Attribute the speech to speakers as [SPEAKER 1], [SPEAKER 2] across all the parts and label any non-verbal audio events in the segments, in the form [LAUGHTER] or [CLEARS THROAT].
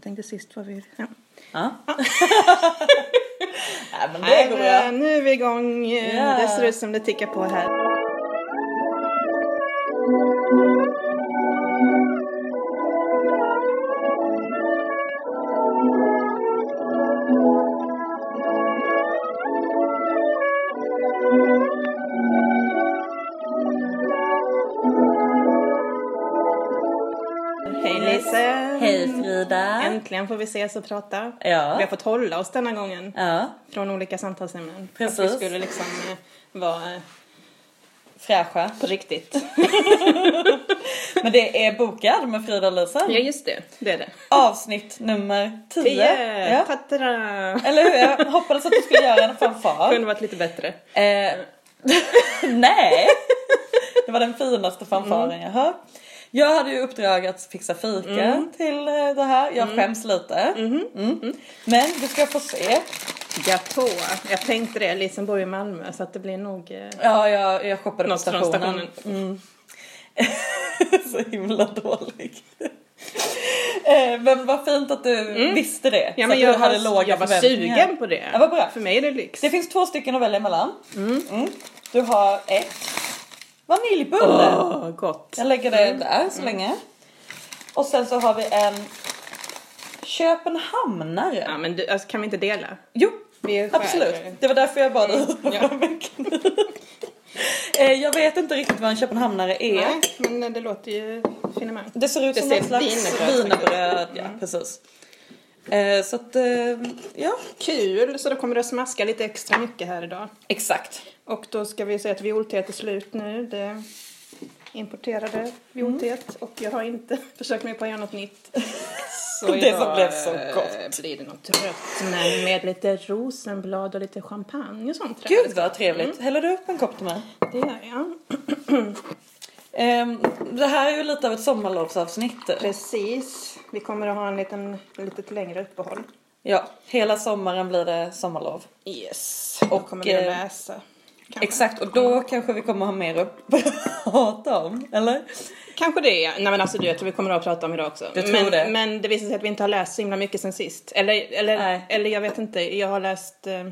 [SPEAKER 1] Jag tänkte sist var vi... Ja.
[SPEAKER 2] Ja. Nej, men
[SPEAKER 1] Nej,
[SPEAKER 2] det går
[SPEAKER 1] men,
[SPEAKER 2] bra.
[SPEAKER 1] nu är vi igång.
[SPEAKER 2] Ja.
[SPEAKER 1] Det ser ut som det tickar på här. Hej Lise!
[SPEAKER 2] Hej Frida.
[SPEAKER 1] Äntligen får vi ses och prata. Vi har
[SPEAKER 2] Ja.
[SPEAKER 1] fått hålla oss denna gången
[SPEAKER 2] ja,
[SPEAKER 1] från olika samtalsämnen.
[SPEAKER 2] Precis.
[SPEAKER 1] Att vi skulle liksom eh, vara eh,
[SPEAKER 2] fräscha.
[SPEAKER 1] på riktigt.
[SPEAKER 2] Men det är bokad med Frida och Lisa.
[SPEAKER 1] just det. Det är det. eh,
[SPEAKER 2] Avsnitt nummer 10.
[SPEAKER 1] Tio!
[SPEAKER 2] Ja.
[SPEAKER 1] Patara!
[SPEAKER 2] Eller hur? Jag hoppades att du skulle göra en fanfar.
[SPEAKER 1] [LAUGHS] Kunde varit lite bättre.
[SPEAKER 2] Eh, nej! Det var den finaste fanfaren
[SPEAKER 1] Mm.
[SPEAKER 2] jag hört. Jag hade ju uppdrag att fixa fika
[SPEAKER 1] Mm.
[SPEAKER 2] till eh, det här. Jag skäms lite.
[SPEAKER 1] Mm-hmm.
[SPEAKER 2] Mm. Men du ska få se.
[SPEAKER 1] Gatå. Jag tänkte det, Lisen bor i Malmö så att det blir nog... eh,
[SPEAKER 2] Ja, jag, jag shoppade
[SPEAKER 1] Något
[SPEAKER 2] på
[SPEAKER 1] från
[SPEAKER 2] stationen. [LAUGHS]
[SPEAKER 1] stationen.
[SPEAKER 2] Mm. så himla dålig. Eh, Men vad fint att du visste det.
[SPEAKER 1] Mm. Ja,
[SPEAKER 2] så
[SPEAKER 1] men
[SPEAKER 2] att
[SPEAKER 1] jag,
[SPEAKER 2] du hade
[SPEAKER 1] har,
[SPEAKER 2] låga
[SPEAKER 1] jag var
[SPEAKER 2] förväntningar.
[SPEAKER 1] sugen på det.
[SPEAKER 2] Ja, vad bra.
[SPEAKER 1] För mig är det lyx.
[SPEAKER 2] Det finns två stycken att välja mellan. Mm. Du har ett vaniljbulle.
[SPEAKER 1] Åh, Mm. gott.
[SPEAKER 2] Jag lägger det där så länge. Och sen så har vi en Köpenhamnare.
[SPEAKER 1] Ja, men du, alltså, kan vi inte dela?
[SPEAKER 2] Jo,
[SPEAKER 1] Vi är skär.
[SPEAKER 2] absolut. Det var därför jag bad dig
[SPEAKER 1] Mm. ja.
[SPEAKER 2] [LAUGHS] att Eh, Jag vet inte riktigt vad en köpenhamnare är.
[SPEAKER 1] Nej, men det låter ju finemang.
[SPEAKER 2] Det ser ut
[SPEAKER 1] Det
[SPEAKER 2] som
[SPEAKER 1] ser
[SPEAKER 2] något slags
[SPEAKER 1] wienerbröd.
[SPEAKER 2] wienerbröd. Ja,
[SPEAKER 1] Mm.
[SPEAKER 2] precis. Eh, så att, eh, ja.
[SPEAKER 1] Kul, så då kommer det att smaska lite extra mycket här idag.
[SPEAKER 2] Exakt.
[SPEAKER 1] Och då ska vi säga att violteet är slut nu. Det importerade violteet
[SPEAKER 2] Mm.
[SPEAKER 1] och jag har inte [LAUGHS] försökt mig på att göra något nytt.
[SPEAKER 2] [LAUGHS]
[SPEAKER 1] Så
[SPEAKER 2] Det som blev så gott.
[SPEAKER 1] eh, blir det något rött men med lite rosenblad och lite champagne och sånt. tror jag.
[SPEAKER 2] Gud vad trevligt.
[SPEAKER 1] Mm.
[SPEAKER 2] Häller du upp en kopp till mig?
[SPEAKER 1] Det gör jag.
[SPEAKER 2] Ehm, det här är ju lite av ett sommarlovsavsnitt.
[SPEAKER 1] Precis. Vi kommer att ha en liten, lite längre uppehåll.
[SPEAKER 2] Ja, hela sommaren blir det sommarlov.
[SPEAKER 1] Yes.
[SPEAKER 2] Och,
[SPEAKER 1] Och kommer vi att
[SPEAKER 2] eh,
[SPEAKER 1] läsa. Kanske.
[SPEAKER 2] Exakt, och då kanske vi kommer ha mer att [LAUGHS] prata om, eller?
[SPEAKER 1] Kanske det. ja. Nej men alltså du vet, vi kommer att prata om idag också.
[SPEAKER 2] Jag tror
[SPEAKER 1] men,
[SPEAKER 2] det.
[SPEAKER 1] men det visar sig att vi inte har läst så himla mycket sen sist. Eller, eller,
[SPEAKER 2] Nej.
[SPEAKER 1] eller jag vet inte, jag har läst... Eh,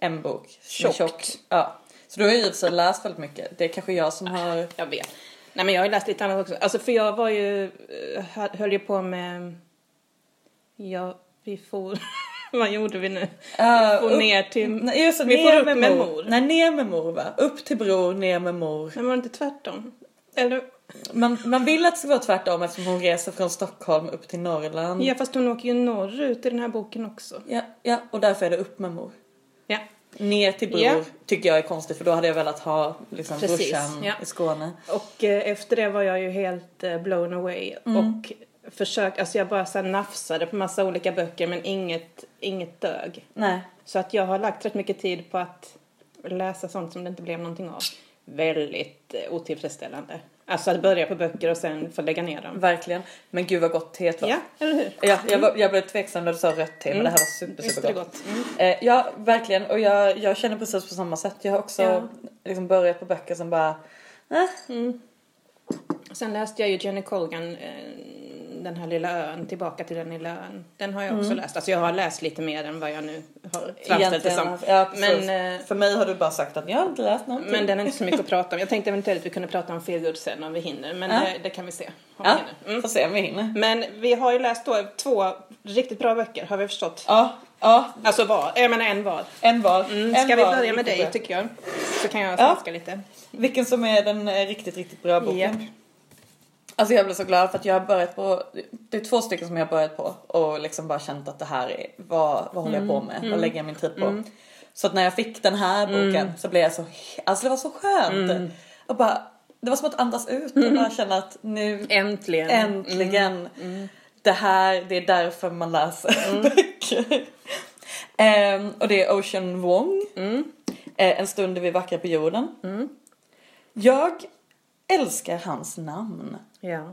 [SPEAKER 2] En bok.
[SPEAKER 1] Tjockt. Ah.
[SPEAKER 2] Tjockt. Ja. Så du har ju i och för sig läst väldigt mycket. Det är kanske jag som har...
[SPEAKER 1] jag vet. Nej men jag har ju läst lite annat också. Alltså för jag var ju, eh, hö- höll ju på med... Ja, vi får... [LAUGHS] Vad gjorde vi nu?
[SPEAKER 2] Uh,
[SPEAKER 1] Och ner till...
[SPEAKER 2] Nej, just det,
[SPEAKER 1] Vi
[SPEAKER 2] ner
[SPEAKER 1] får upp
[SPEAKER 2] med,
[SPEAKER 1] med
[SPEAKER 2] mor.
[SPEAKER 1] mor.
[SPEAKER 2] Nej, ner med mor va? Upp till bror, ner med mor.
[SPEAKER 1] Men var det inte tvärtom? Eller?
[SPEAKER 2] Man, man vill att det ska vara tvärtom eftersom hon reser från Stockholm upp till Norrland.
[SPEAKER 1] Ja fast hon åker ju norrut i den här boken också.
[SPEAKER 2] Ja, ja, och därför är det upp med mor.
[SPEAKER 1] Ja.
[SPEAKER 2] Ner till bror
[SPEAKER 1] Ja.
[SPEAKER 2] tycker jag är konstigt för då hade jag velat ha liksom,
[SPEAKER 1] Precis,
[SPEAKER 2] brorsan
[SPEAKER 1] ja.
[SPEAKER 2] i Skåne.
[SPEAKER 1] Och eh, efter det var jag ju helt eh, blown away och försökte, alltså jag bara så här nafsade på massa olika böcker men inget, inget dög.
[SPEAKER 2] Nej.
[SPEAKER 1] Så att jag har lagt rätt mycket tid på att läsa sånt som det inte blev någonting av. Väldigt eh, otillfredsställande. Alltså att börja på böcker och sen få lägga ner dem.
[SPEAKER 2] Verkligen. Men gud vad gott teet var.
[SPEAKER 1] Ja, eller hur?
[SPEAKER 2] Ja, jag, var- jag blev tveksam när du sa rött te men det här var super,
[SPEAKER 1] Visst är det
[SPEAKER 2] supergott.
[SPEAKER 1] gott? Mm.
[SPEAKER 2] Eh, ja, verkligen. Och jag, jag känner precis på samma sätt. Jag har också
[SPEAKER 1] Ja.
[SPEAKER 2] liksom börjat på böcker som bara... Eh,
[SPEAKER 1] Sen läste jag ju Jenny Colgan, eh, den här lilla ön, Tillbaka till den lilla ön. Den har jag också läst. Alltså jag har läst lite mer än vad jag nu har framställt det som.
[SPEAKER 2] egentligen. Ja, men,
[SPEAKER 1] Men, eh,
[SPEAKER 2] För mig har du bara sagt att jag har inte läst någonting.
[SPEAKER 1] Men den är inte så mycket att prata om. Jag tänkte eventuellt vi kunde prata om Feelgood sen om vi hinner. Men eh,
[SPEAKER 2] Ja.
[SPEAKER 1] det, det kan vi se. Om
[SPEAKER 2] ja,
[SPEAKER 1] vi hinner. Mm.
[SPEAKER 2] får se om vi hinner.
[SPEAKER 1] Men vi har ju läst då två riktigt bra böcker har vi förstått.
[SPEAKER 2] Ja, ja,
[SPEAKER 1] Alltså var, jag menar en var.
[SPEAKER 2] en var. en
[SPEAKER 1] Mm. Ska vi
[SPEAKER 2] var,
[SPEAKER 1] börja med
[SPEAKER 2] riktigt
[SPEAKER 1] dig
[SPEAKER 2] bra.
[SPEAKER 1] tycker jag. Så kan jag
[SPEAKER 2] Ja.
[SPEAKER 1] svenska lite.
[SPEAKER 2] Vilken som är den eh, riktigt, riktigt bra boken.
[SPEAKER 1] Japp.
[SPEAKER 2] Alltså jag blev så glad för att jag har börjat på, det är två stycken som jag har börjat på och liksom bara känt att det här är, vad, vad håller jag på med? Vad lägger jag min tid på? Så att när jag fick den här boken så blev jag så, alltså det var så skönt. Och bara, det var som att andas ut och bara känna att nu
[SPEAKER 1] Mm. Äntligen.
[SPEAKER 2] Äntligen! Det här, det är därför man läser [LAUGHS] böcker. Ehm, och det är Ocean Wong. Eh, en stund är vi vackra på jorden. Jag älskar hans namn.
[SPEAKER 1] Ja.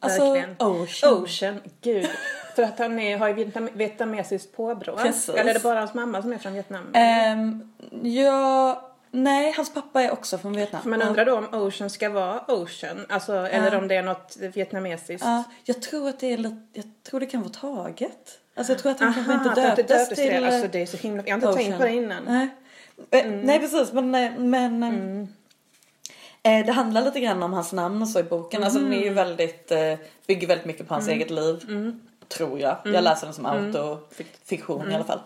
[SPEAKER 2] Alltså
[SPEAKER 1] Verkligen. Oh.
[SPEAKER 2] Ocean.
[SPEAKER 1] Ocean, gud. För att han är, har ju vietnam, vietnamesiskt påbrå. va?
[SPEAKER 2] Precis.
[SPEAKER 1] Eller är det bara hans mamma som är från Vietnam?
[SPEAKER 2] Ehm, jag Nej, hans pappa är också från Vietnam.
[SPEAKER 1] Man undrar då om Ocean ska vara Ocean, alltså, eller om det är något vietnamesiskt.
[SPEAKER 2] Ja, jag tror att det är lite, jag tror det kan vara taget. Alltså jag tror att han kanske inte
[SPEAKER 1] att det
[SPEAKER 2] döptes,
[SPEAKER 1] döptes
[SPEAKER 2] till...
[SPEAKER 1] till... Alltså det är så himla... Jag har inte tänkt på det innan. Mm.
[SPEAKER 2] Nej, Eh, Nej precis men, eh, men eh, eh, det handlar lite grann om hans namn och så i boken. Alltså den är
[SPEAKER 1] Mm.
[SPEAKER 2] ju väldigt, eh, bygger väldigt mycket på hans eget liv. Tror jag.
[SPEAKER 1] Mm.
[SPEAKER 2] Jag läser den som autofiktion i alla fall.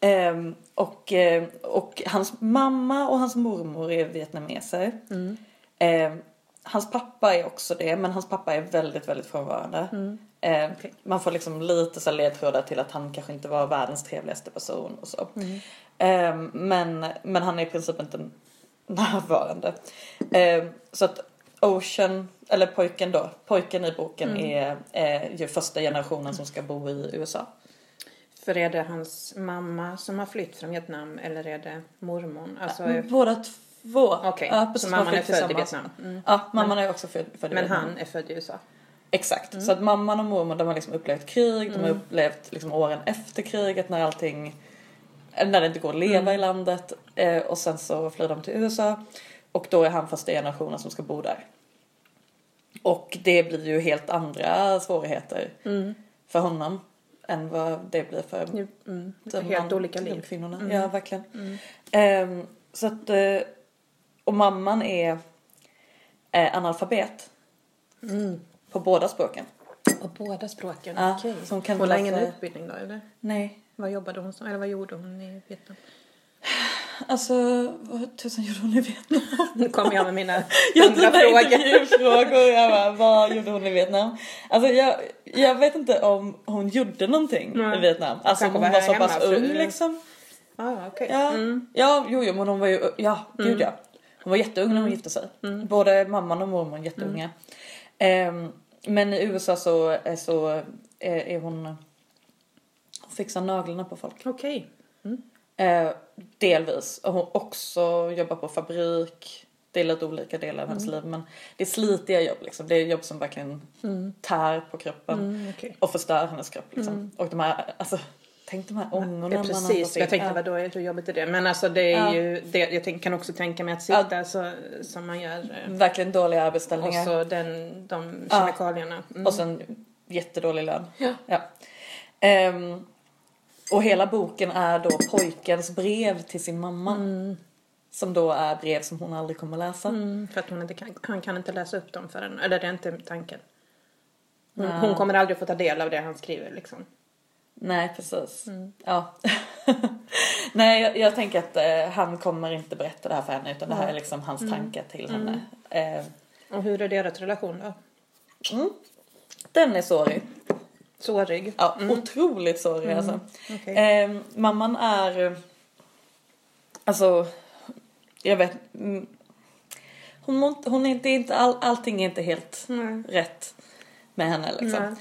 [SPEAKER 2] Ehm, och, eh, och hans mamma och hans mormor är vietnameser.
[SPEAKER 1] Mm.
[SPEAKER 2] Ehm, hans pappa är också det men hans pappa är väldigt väldigt frånvarande. Ehm,
[SPEAKER 1] Okej.
[SPEAKER 2] Man får liksom lite så här ledtrådar till att han kanske inte var världens trevligaste person och så. Ehm, men, men han är i princip inte närvarande. Ehm, så att Ocean, eller pojken då, pojken i boken är, är ju första generationen som ska bo i USA.
[SPEAKER 1] För är det hans mamma som har flytt från Vietnam eller är det mormon? Alltså,
[SPEAKER 2] Båda två.
[SPEAKER 1] Okej,
[SPEAKER 2] Ja, precis,
[SPEAKER 1] så
[SPEAKER 2] man
[SPEAKER 1] mamman
[SPEAKER 2] flytt
[SPEAKER 1] är född i
[SPEAKER 2] tillsammans.
[SPEAKER 1] Vietnam. Mm.
[SPEAKER 2] Ja, mamman är också född, född i
[SPEAKER 1] Men
[SPEAKER 2] Vietnam.
[SPEAKER 1] han är född i USA.
[SPEAKER 2] Exakt, så att mamman och mormor de har liksom upplevt krig, de har upplevt liksom åren efter kriget när allting, när det inte går att leva i landet eh, och sen så flyr de till USA och då är han första generationen som ska bo där. Och det blir ju helt andra svårigheter för honom än vad det blir för
[SPEAKER 1] Mm.
[SPEAKER 2] de
[SPEAKER 1] Helt
[SPEAKER 2] man-
[SPEAKER 1] olika
[SPEAKER 2] de
[SPEAKER 1] liv.
[SPEAKER 2] Kvinnorna. Ja, verkligen. Ehm, så att, eh, och mamman är eh, analfabet på båda språken.
[SPEAKER 1] Och båda språken,
[SPEAKER 2] Ja,
[SPEAKER 1] okej.
[SPEAKER 2] så hon kan
[SPEAKER 1] hon har
[SPEAKER 2] läsa-
[SPEAKER 1] ingen utbildning då eller?
[SPEAKER 2] Nej.
[SPEAKER 1] Vad jobbade hon som? Eller vad gjorde hon i
[SPEAKER 2] [LAUGHS]
[SPEAKER 1] Vietnam?
[SPEAKER 2] Alltså, vad tusan gjorde hon i [LAUGHS] Vietnam?
[SPEAKER 1] Nu kommer [LAUGHS] jag med mina
[SPEAKER 2] Jag
[SPEAKER 1] andra frågor.
[SPEAKER 2] frågor. Jag bara, vad gjorde hon i Vietnam? Alltså jag, jag vet inte om hon gjorde någonting
[SPEAKER 1] Nej.
[SPEAKER 2] i Vietnam. Alltså
[SPEAKER 1] Kanske
[SPEAKER 2] hon
[SPEAKER 1] var
[SPEAKER 2] var så pass
[SPEAKER 1] hemmafru.
[SPEAKER 2] ung liksom.
[SPEAKER 1] [LAUGHS] Ah, okej.
[SPEAKER 2] Ja, ja jo, jo men hon var ju, ja
[SPEAKER 1] Mm.
[SPEAKER 2] gud ja. Hon var jätteung när hon gifte sig. Både mamman och mormor
[SPEAKER 1] Mm.
[SPEAKER 2] jätteunga. Ehm, men i USA så, är- så är, är hon, hon fixar naglarna på folk.
[SPEAKER 1] Okej.
[SPEAKER 2] Eh, delvis. Och hon också jobbar på fabrik. Det är lite olika delar av
[SPEAKER 1] Mm.
[SPEAKER 2] hennes liv men det är slitiga jobb liksom. Det är jobb som verkligen tär på kroppen
[SPEAKER 1] Mm, okej.
[SPEAKER 2] och förstör hennes kropp liksom. Och de här, alltså tänk de här ångorna
[SPEAKER 1] Ja, precis, jag tänkte
[SPEAKER 2] ja.
[SPEAKER 1] vad då är hur jobbigt är det? Men alltså det är
[SPEAKER 2] Ja.
[SPEAKER 1] ju, det, jag tänk, kan också tänka mig att sitta så, som man gör eh,
[SPEAKER 2] Verkligen dåliga
[SPEAKER 1] och
[SPEAKER 2] arbetsställningar.
[SPEAKER 1] så den, de
[SPEAKER 2] Ja.
[SPEAKER 1] kemikalierna. Mm.
[SPEAKER 2] Och sen jättedålig lön.
[SPEAKER 1] Ja.
[SPEAKER 2] Ehm, och hela boken är då pojkens brev till sin mamma. Som då är brev som hon aldrig kommer läsa.
[SPEAKER 1] Mm, för att hon inte kan, han kan inte läsa upp dem förrän, eller det är inte tanken. Hon, hon kommer aldrig få ta del av det han skriver liksom.
[SPEAKER 2] Nej, precis.
[SPEAKER 1] Mm.
[SPEAKER 2] Ja. [LAUGHS] Nej, jag, jag tänker att eh, han kommer inte berätta det här för henne utan det här är liksom hans
[SPEAKER 1] Mm.
[SPEAKER 2] tankar till henne. Eh,
[SPEAKER 1] Och hur är deras relation då?
[SPEAKER 2] mm. den är sårig.
[SPEAKER 1] Sårig?
[SPEAKER 2] Ja, otroligt sårig
[SPEAKER 1] Mm.
[SPEAKER 2] alltså.
[SPEAKER 1] Okej.
[SPEAKER 2] Eh, mamman är... eh, Alltså, jag vet... mm, Hon, mår inte- hon är inte, inte all, allting är inte helt
[SPEAKER 1] Nej.
[SPEAKER 2] rätt med henne liksom.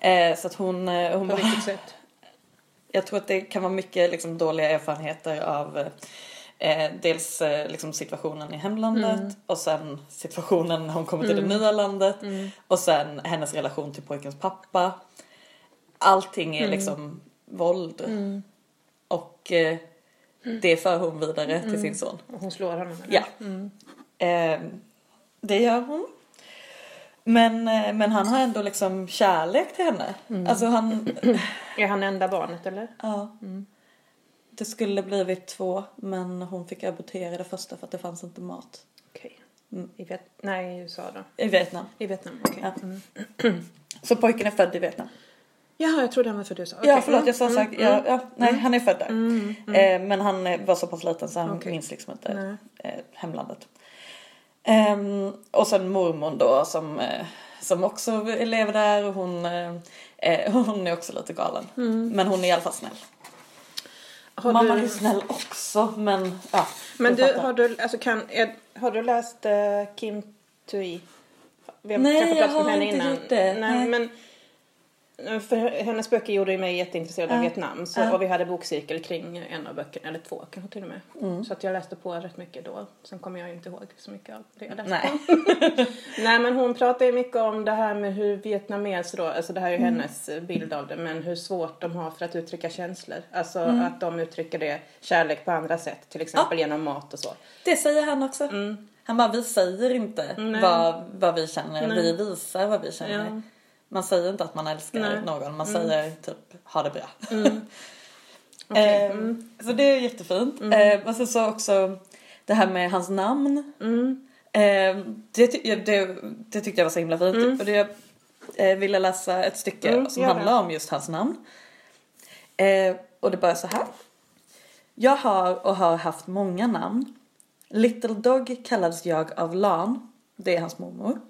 [SPEAKER 2] Eh, så att hon... eh, hon
[SPEAKER 1] På
[SPEAKER 2] bara-
[SPEAKER 1] vilket sätt?
[SPEAKER 2] Jag tror att det kan vara mycket liksom, dåliga erfarenheter av eh, dels eh, liksom, situationen i hemlandet och sen situationen när hon kommer till det nya landet och sen hennes relation till pojkens pappa. Allting är liksom våld. Och eh, det för hon vidare till sin son.
[SPEAKER 1] Och hon slår honom? eller?
[SPEAKER 2] Ja. Eh, det gör hon. Men, eh, men han har ändå liksom kärlek till henne. Alltså han,
[SPEAKER 1] Är han enda barnet eller?
[SPEAKER 2] Ja. Mm. Det skulle blivit två men hon fick abortera det första för att det fanns inte mat.
[SPEAKER 1] Okej. Mm. I Viet... Nej, i USA då.
[SPEAKER 2] I Vietnam.
[SPEAKER 1] I Vietnam, okej. Mm.
[SPEAKER 2] Ja. Så pojken är född i Vietnam.
[SPEAKER 1] Jaha, jag trodde han var född i USA.
[SPEAKER 2] Ja
[SPEAKER 1] Okej.
[SPEAKER 2] förlåt jag sa
[SPEAKER 1] Mm,
[SPEAKER 2] sagt.
[SPEAKER 1] mm,
[SPEAKER 2] Ja, ja, nej han är född där. Eh, men han eh, var så pass liten så han
[SPEAKER 1] Okej.
[SPEAKER 2] minns liksom
[SPEAKER 1] Nej.
[SPEAKER 2] inte eh, hemlandet. Ehm, och sen mormon då som, eh, som också lever där och hon, eh, eh, [LAUGHS] hon är också lite galen. Men hon är i alla fall snäll.
[SPEAKER 1] Mm. Har
[SPEAKER 2] Mamman
[SPEAKER 1] du-
[SPEAKER 2] är snäll också men ja.
[SPEAKER 1] Men du,
[SPEAKER 2] fattar.
[SPEAKER 1] har du, alltså, kan, är, har du läst eh, Kim Tui? Vi
[SPEAKER 2] Nej,
[SPEAKER 1] kanske
[SPEAKER 2] jag
[SPEAKER 1] pratat om
[SPEAKER 2] har
[SPEAKER 1] henne
[SPEAKER 2] inte
[SPEAKER 1] innan.
[SPEAKER 2] gjort det. Nej.
[SPEAKER 1] Nej, Men eh, För hennes böcker gjorde ju mig jätteintresserad av
[SPEAKER 2] Ja.
[SPEAKER 1] Vietnam så,
[SPEAKER 2] Ja.
[SPEAKER 1] och vi hade bokcirkel kring en av böckerna, eller två kanske till och med.
[SPEAKER 2] Mm.
[SPEAKER 1] Så att jag läste på rätt mycket då. Sen kommer jag ju inte ihåg så mycket av det jag läste.
[SPEAKER 2] Nej.
[SPEAKER 1] Nej men hon pratar ju mycket om det här med hur vietnameser då, alltså det här är ju
[SPEAKER 2] Mm.
[SPEAKER 1] hennes eh, bild av det, men hur svårt de har för att uttrycka känslor. Alltså
[SPEAKER 2] Mm.
[SPEAKER 1] att de uttrycker det, kärlek på andra sätt, till exempel genom mat och så. Mm.
[SPEAKER 2] Det säger han också. Han bara, vi säger inte
[SPEAKER 1] Nej.
[SPEAKER 2] vad, vad vi känner,
[SPEAKER 1] Nej.
[SPEAKER 2] vi visar vad vi känner.
[SPEAKER 1] Ja.
[SPEAKER 2] Man säger inte att man älskar
[SPEAKER 1] Nej. Mm.
[SPEAKER 2] någon, man säger typ ha det bra. [LAUGHS]
[SPEAKER 1] Okej, Mm.
[SPEAKER 2] Eh, Så det är jättefint. Eh, och sen så också det här med hans namn. Eh, det, ty- jag- det, det tyckte jag var så himla fint. Och det, jag eh, ville läsa ett stycke
[SPEAKER 1] Mm,
[SPEAKER 2] som
[SPEAKER 1] gör det.
[SPEAKER 2] handlar om just hans namn. Eh, och det börjar så här. Jag har och har haft många namn. Little Dog kallades jag av Lan. Det är hans mormor.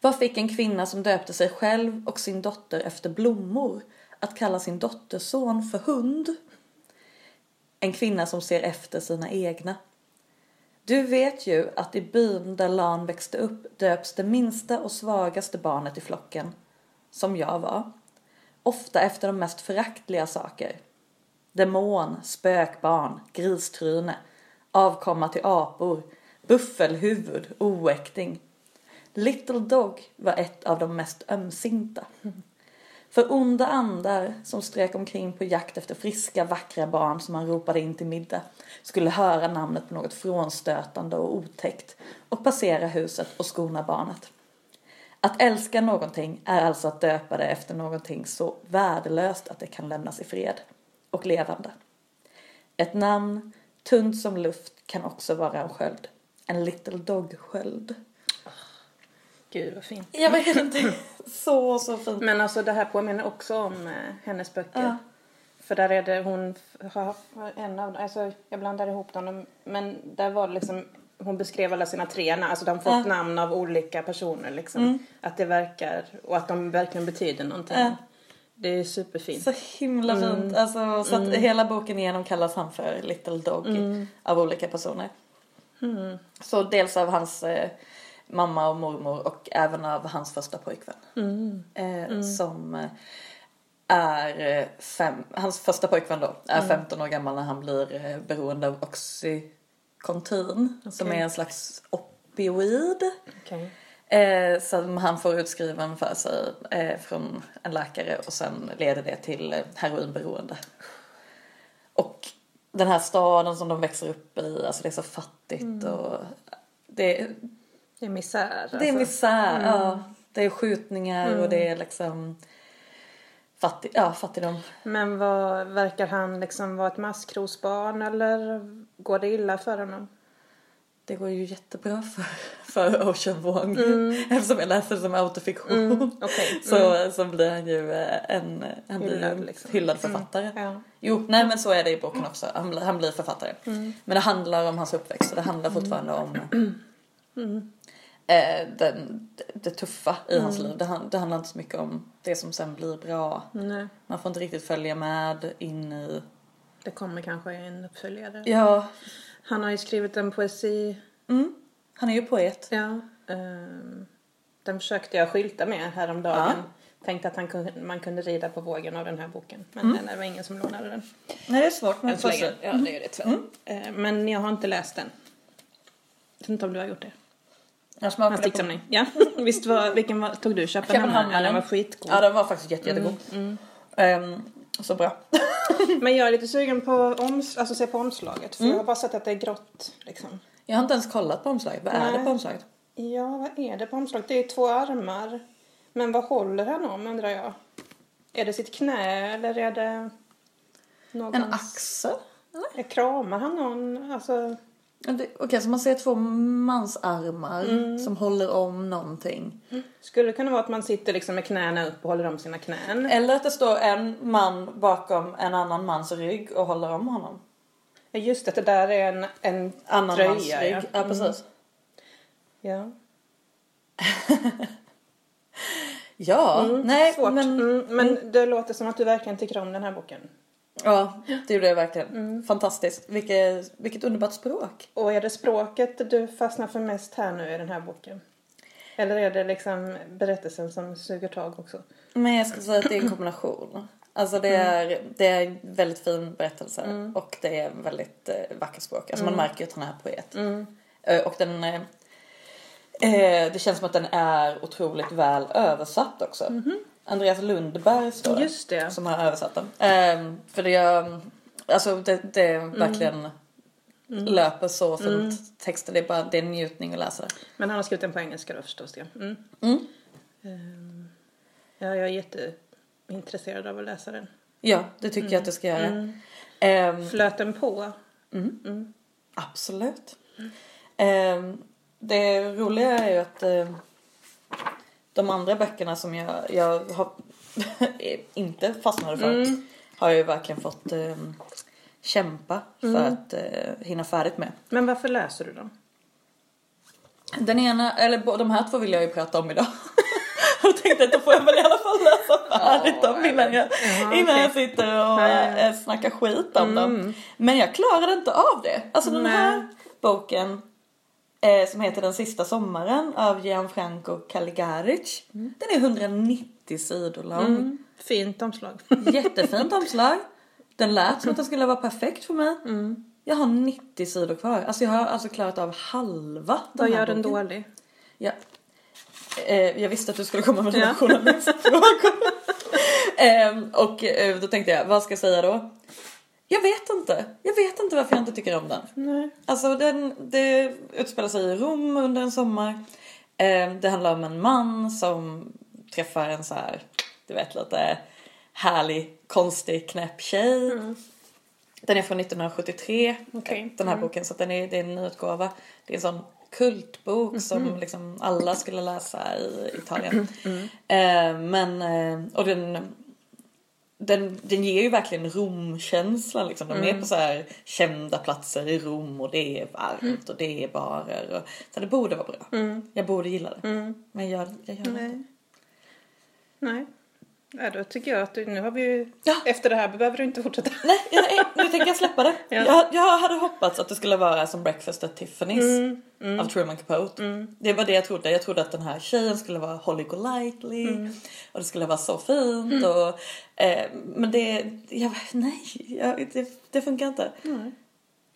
[SPEAKER 2] Vad fick en kvinna som döpte sig själv och sin dotter efter blommor att kalla sin dotterson för hund? En kvinna som ser efter sina egna. Du vet ju att i byn där Lan växte upp döps det minsta och svagaste barnet i flocken, som jag var, ofta efter de mest föraktliga saker. Demon, spökbarn, gristryne, avkomma till apor, buffelhuvud, oäkting. Little Dog var ett av de mest ömsinta. För onda andar som strök omkring på jakt efter friska vackra barn som han ropade in till middag skulle höra namnet på något frånstötande och otäckt och passera huset och skona barnet. Att älska någonting är alltså att döpa det efter någonting så värdelöst att det kan lämnas i fred och levande. Ett namn, tunt som luft, kan också vara en sköld. En little dog-sköld.
[SPEAKER 1] Gud vad fint.
[SPEAKER 2] Jag vet inte. Så, så fint.
[SPEAKER 1] Men alltså det här påminner också om eh, hennes böcker.
[SPEAKER 2] Ja.
[SPEAKER 1] För där är det hon, f- har har en av alltså jag blandar ihop dem, men där var det liksom, hon beskrev alla sina tre namn, alltså de har fått
[SPEAKER 2] Ja. Mm.
[SPEAKER 1] namn av olika personer liksom. Att det verkar, och att de verkligen betyder någonting.
[SPEAKER 2] Ja.
[SPEAKER 1] Det är superfint.
[SPEAKER 2] Så himla fint. Alltså, så att hela boken igenom kallas han för Little Dog av olika personer. Så dels av hans eh, mamma och mormor och även av hans första pojkvän. Eh, Som eh, är eh, fem, hans första pojkvän då är 15 år gammal när han blir eh, beroende av Oxycontin som
[SPEAKER 1] Okej.
[SPEAKER 2] är en slags opioid.
[SPEAKER 1] Okej.
[SPEAKER 2] Eh, som han får utskriven för sig eh, från en läkare och sen leder det till eh, heroinberoende. Och den här staden som de växer upp i, alltså det är så fattigt
[SPEAKER 1] Mm.
[SPEAKER 2] och det,
[SPEAKER 1] Det är misär.
[SPEAKER 2] det är
[SPEAKER 1] alltså. Mm.
[SPEAKER 2] misär. Ja, det är skjutningar och det är liksom fattig, ja, fattigdom.
[SPEAKER 1] Men vad, verkar han liksom vara ett maskrosbarn eller går det illa för honom?
[SPEAKER 2] Det går ju jättebra för, för Ocean Wong
[SPEAKER 1] Mm.
[SPEAKER 2] eftersom jag läser det som autofiktion.
[SPEAKER 1] Okej.
[SPEAKER 2] Så, så blir han ju eh, en, han blir ju
[SPEAKER 1] Mm. Hyllad,
[SPEAKER 2] en
[SPEAKER 1] liksom.
[SPEAKER 2] hyllad författare.
[SPEAKER 1] Ja.
[SPEAKER 2] Jo, nej men så är det i boken också. Han, blir- han blir författare. Men det handlar om hans uppväxt och det handlar fortfarande om eh, den, det tuffa i hans liv. Det, han- det handlar inte så mycket om det som sen blir bra.
[SPEAKER 1] Nej,
[SPEAKER 2] Man får inte riktigt följa med in i...
[SPEAKER 1] det kommer kanske en uppföljare.
[SPEAKER 2] Ja,
[SPEAKER 1] Han har ju skrivit en poesi
[SPEAKER 2] mm. han är ju poet.
[SPEAKER 1] Ja, ehm, den försökte jag skylta med häromdagen. Tänkte att han kunde, man kunde rida på vågen av den här boken. Men det var ingen som lånade den.
[SPEAKER 2] Nej, det är svårt men
[SPEAKER 1] Än så länge. Mm. Ja, det är det tyvärr. Eh, Men jag har inte läst den. Jag vet inte om du har gjort det.
[SPEAKER 2] Jag
[SPEAKER 1] Hans
[SPEAKER 2] smakade på...
[SPEAKER 1] diktsamling. Ja, visst var, vilken var, tog du? Köpenhamn?
[SPEAKER 2] Köpenhamn,
[SPEAKER 1] Ja, den var
[SPEAKER 2] eller?
[SPEAKER 1] skitgod. Mm.
[SPEAKER 2] Ja, den var faktiskt jätte, jättegod. Ehm, så bra.
[SPEAKER 1] Men jag är lite sugen på, oms, alltså, se på omslaget. För jag har bara sett att det är grått liksom.
[SPEAKER 2] Jag har inte ens kollat på omslaget. Vad är
[SPEAKER 1] Nej.
[SPEAKER 2] det på omslaget?
[SPEAKER 1] Ja, vad är det på omslaget? Det är två armar. Men vad håller han om undrar jag? Är det sitt knä eller är det någons...
[SPEAKER 2] En axel? Eller?
[SPEAKER 1] Kramar han någon? Alltså,
[SPEAKER 2] Ja, det- Okej, så man ser två mansarmar som håller om någonting.
[SPEAKER 1] skulle det kunna vara att man sitter liksom med knäna upp och håller om sina knän?
[SPEAKER 2] Eller att det står en man bakom en annan mans rygg och håller om honom.
[SPEAKER 1] Ja, Just att det där är en, en
[SPEAKER 2] Annan mans
[SPEAKER 1] tröja.
[SPEAKER 2] rygg.
[SPEAKER 1] Ja. Mm.
[SPEAKER 2] Ja, precis.
[SPEAKER 1] Ja.
[SPEAKER 2] Ja, nej
[SPEAKER 1] Svårt.
[SPEAKER 2] men...
[SPEAKER 1] Men, mm, men det låter som att du verkligen tycker om den här boken.
[SPEAKER 2] Ja, det gjorde jag verkligen. Fantastiskt. Vilket, vilket underbart språk.
[SPEAKER 1] Och är det språket du fastnar för mest här nu i den här boken? Eller är det liksom berättelsen som suger tag också?
[SPEAKER 2] Men jag skulle säga att det är en kombination. Alltså det
[SPEAKER 1] Mm.
[SPEAKER 2] är, det är en väldigt fin berättelse och det är väldigt eh, vackert språk. Alltså
[SPEAKER 1] Mm.
[SPEAKER 2] man märker ju att han är poet. Eh, och den, eh, eh, det känns som att den är otroligt väl översatt också. Andreas Lundberg står det,
[SPEAKER 1] Mhm. Just det.
[SPEAKER 2] som har översatt den. Eh, för det är, alltså det, det är
[SPEAKER 1] Mm.
[SPEAKER 2] verkligen löper så fint texter. Det är bara det är en njutning att läsa det.
[SPEAKER 1] Men han har skrivit den på engelska då förstås. Ja, mm.
[SPEAKER 2] Mm.
[SPEAKER 1] Ehm, ja jag är jätteintresserad av att läsa den.
[SPEAKER 2] Ja, det tycker
[SPEAKER 1] Mm.
[SPEAKER 2] jag att du ska göra. Ehm,
[SPEAKER 1] Flöt den på?
[SPEAKER 2] Absolut. Eh, det roliga är ju att eh, de andra böckerna som jag, jag har [LAUGHS] inte fastnade för har jag ju verkligen fått eh, kämpa för att eh, hinna färdigt med.
[SPEAKER 1] Men varför läser du dem?
[SPEAKER 2] Den ena, eller bo- de här två vill jag ju prata om idag. [LAUGHS] Jag tänkte att då får jag väl i alla fall läsa färdigt dem innan jag, innan jag sitter och äh, snackar skit om
[SPEAKER 1] Mm.
[SPEAKER 2] dem. Men jag klarade inte av det. Alltså den här boken eh, som heter Den sista sommaren av Gianfranco Caligaric.
[SPEAKER 1] Mm.
[SPEAKER 2] Den är 190 sidor lång. [LAUGHS]
[SPEAKER 1] Fint omslag.
[SPEAKER 2] Jättefint omslag. Den lät som att den skulle vara perfekt för mig.
[SPEAKER 1] Mm.
[SPEAKER 2] Jag har 90 sidor kvar. Alltså jag har alltså klarat av halva
[SPEAKER 1] Vad
[SPEAKER 2] här
[SPEAKER 1] gör den
[SPEAKER 2] boken.
[SPEAKER 1] dålig?
[SPEAKER 2] Ja. Eh, jag visste att du skulle komma med dina
[SPEAKER 1] Ja.
[SPEAKER 2] journalistfrågor. Ehm, och eh, då tänkte jag, vad ska jag säga då? Jag vet inte. Jag vet inte varför jag inte tycker om den.
[SPEAKER 1] Nej.
[SPEAKER 2] Alltså den, det utspelar sig i Rom under en sommar. Ehm, det handlar om en man som träffar en så här, du vet lite härlig, konstig, knäpp tjej. Den är från 1973,
[SPEAKER 1] Okej.
[SPEAKER 2] den här boken, så att den är, det är en nyutgåva. Det är en sån kultbok som liksom alla skulle läsa i Italien. Eh, men, eh, och den, den, den ger ju verkligen Romkänslan. Liksom. De
[SPEAKER 1] Mm.
[SPEAKER 2] är på så här kända platser i Rom och det är varmt
[SPEAKER 1] Mm.
[SPEAKER 2] och det är barer. Och, så det borde vara bra. Jag borde gilla det. Men jag, jag gör det inte.
[SPEAKER 1] Mm. Nej. Nej. Ja, då tycker jag att du, nu har vi ju...
[SPEAKER 2] Ja.
[SPEAKER 1] Efter det här behöver du
[SPEAKER 2] [LAUGHS]
[SPEAKER 1] inte fortsätta.
[SPEAKER 2] Nej, nej, nu tänker jag släppa det.
[SPEAKER 1] Ja.
[SPEAKER 2] Jag, jag hade hoppats att det skulle vara som Breakfast at Tiffany's
[SPEAKER 1] Mm.
[SPEAKER 2] av Truman Capote. Det var det jag trodde. Jag trodde att den här tjejen skulle vara Holly Golightly
[SPEAKER 1] Mm.
[SPEAKER 2] och det skulle vara så fint. Och, eh, men det, jag, nej, jag, det, det funkar inte.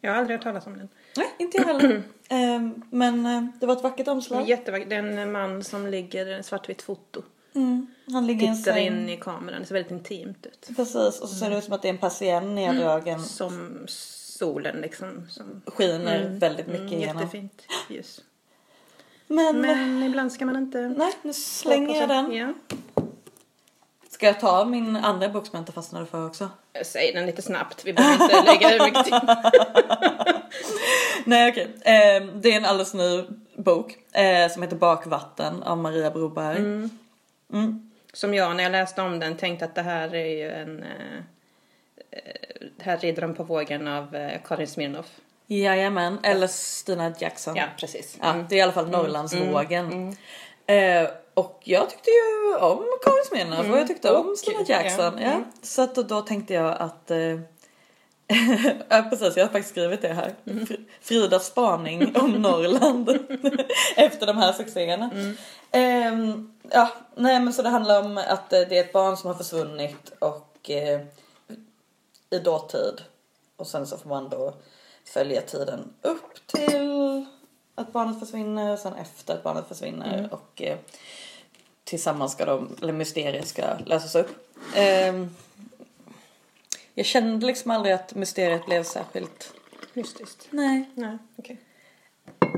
[SPEAKER 1] Jag har aldrig hört talas om den.
[SPEAKER 2] Nej, inte jag
[SPEAKER 1] [CLEARS THROAT]
[SPEAKER 2] heller. eh, men eh, det var ett vackert
[SPEAKER 1] Det är
[SPEAKER 2] omslag.
[SPEAKER 1] jättevackert. Det är en man som ligger en svartvitt foto.
[SPEAKER 2] Mm. Han ligger i en
[SPEAKER 1] Tittar
[SPEAKER 2] säng.
[SPEAKER 1] in i kameran. Det ser väldigt intimt ut.
[SPEAKER 2] Precis, och så ser det ut som att det är en patient neddragen.
[SPEAKER 1] Mm. Som solen liksom. Som...
[SPEAKER 2] Skiner väldigt mycket
[SPEAKER 1] Mm,
[SPEAKER 2] igenom.
[SPEAKER 1] jättefint ljus.
[SPEAKER 2] Men,
[SPEAKER 1] Men ibland ska man inte...
[SPEAKER 2] nej, nu slänger jag den.
[SPEAKER 1] Ja.
[SPEAKER 2] Ska jag ta min andra bok som jag inte fastnade för också?
[SPEAKER 1] Säg den lite snabbt. Vi behöver inte [LAUGHS] lägga hur mycket tid.
[SPEAKER 2] Nej okej. Eh, det är en alldeles ny bok eh, som heter Bakvatten av Maria Broberg. Mm.
[SPEAKER 1] Som jag när jag läste om den tänkte att det här är ju en... Eh, eh, här rider de på vågen av eh, Karin Smirnoff.
[SPEAKER 2] Jajamän, eller Stina Jackson.
[SPEAKER 1] Ja, precis.
[SPEAKER 2] Ja, det är i alla fall Norrlandsvågen. Eh, och jag tyckte ju om Karin Smirnoff och jag tyckte om Stina
[SPEAKER 1] ja.
[SPEAKER 2] Jackson. Ja. Så att då, då tänkte jag att... Eh, [LAUGHS] ja precis, jag har faktiskt skrivit det här. Fr- Fridas spaning om Norrland [LAUGHS] efter de här succéerna. Ehm, ja, nej men så det handlar om att eh, det är ett barn som har försvunnit och eh, i dåtid. Och sen så får man då följa tiden upp till att barnet försvinner och sen efter att barnet försvinner.
[SPEAKER 1] Mm.
[SPEAKER 2] Och eh, tillsammans ska de, eller mysteriet ska lösas upp. Ehm, jag kände liksom aldrig att mysteriet blev särskilt...
[SPEAKER 1] Mystiskt.
[SPEAKER 2] Nej.
[SPEAKER 1] Nej, okej.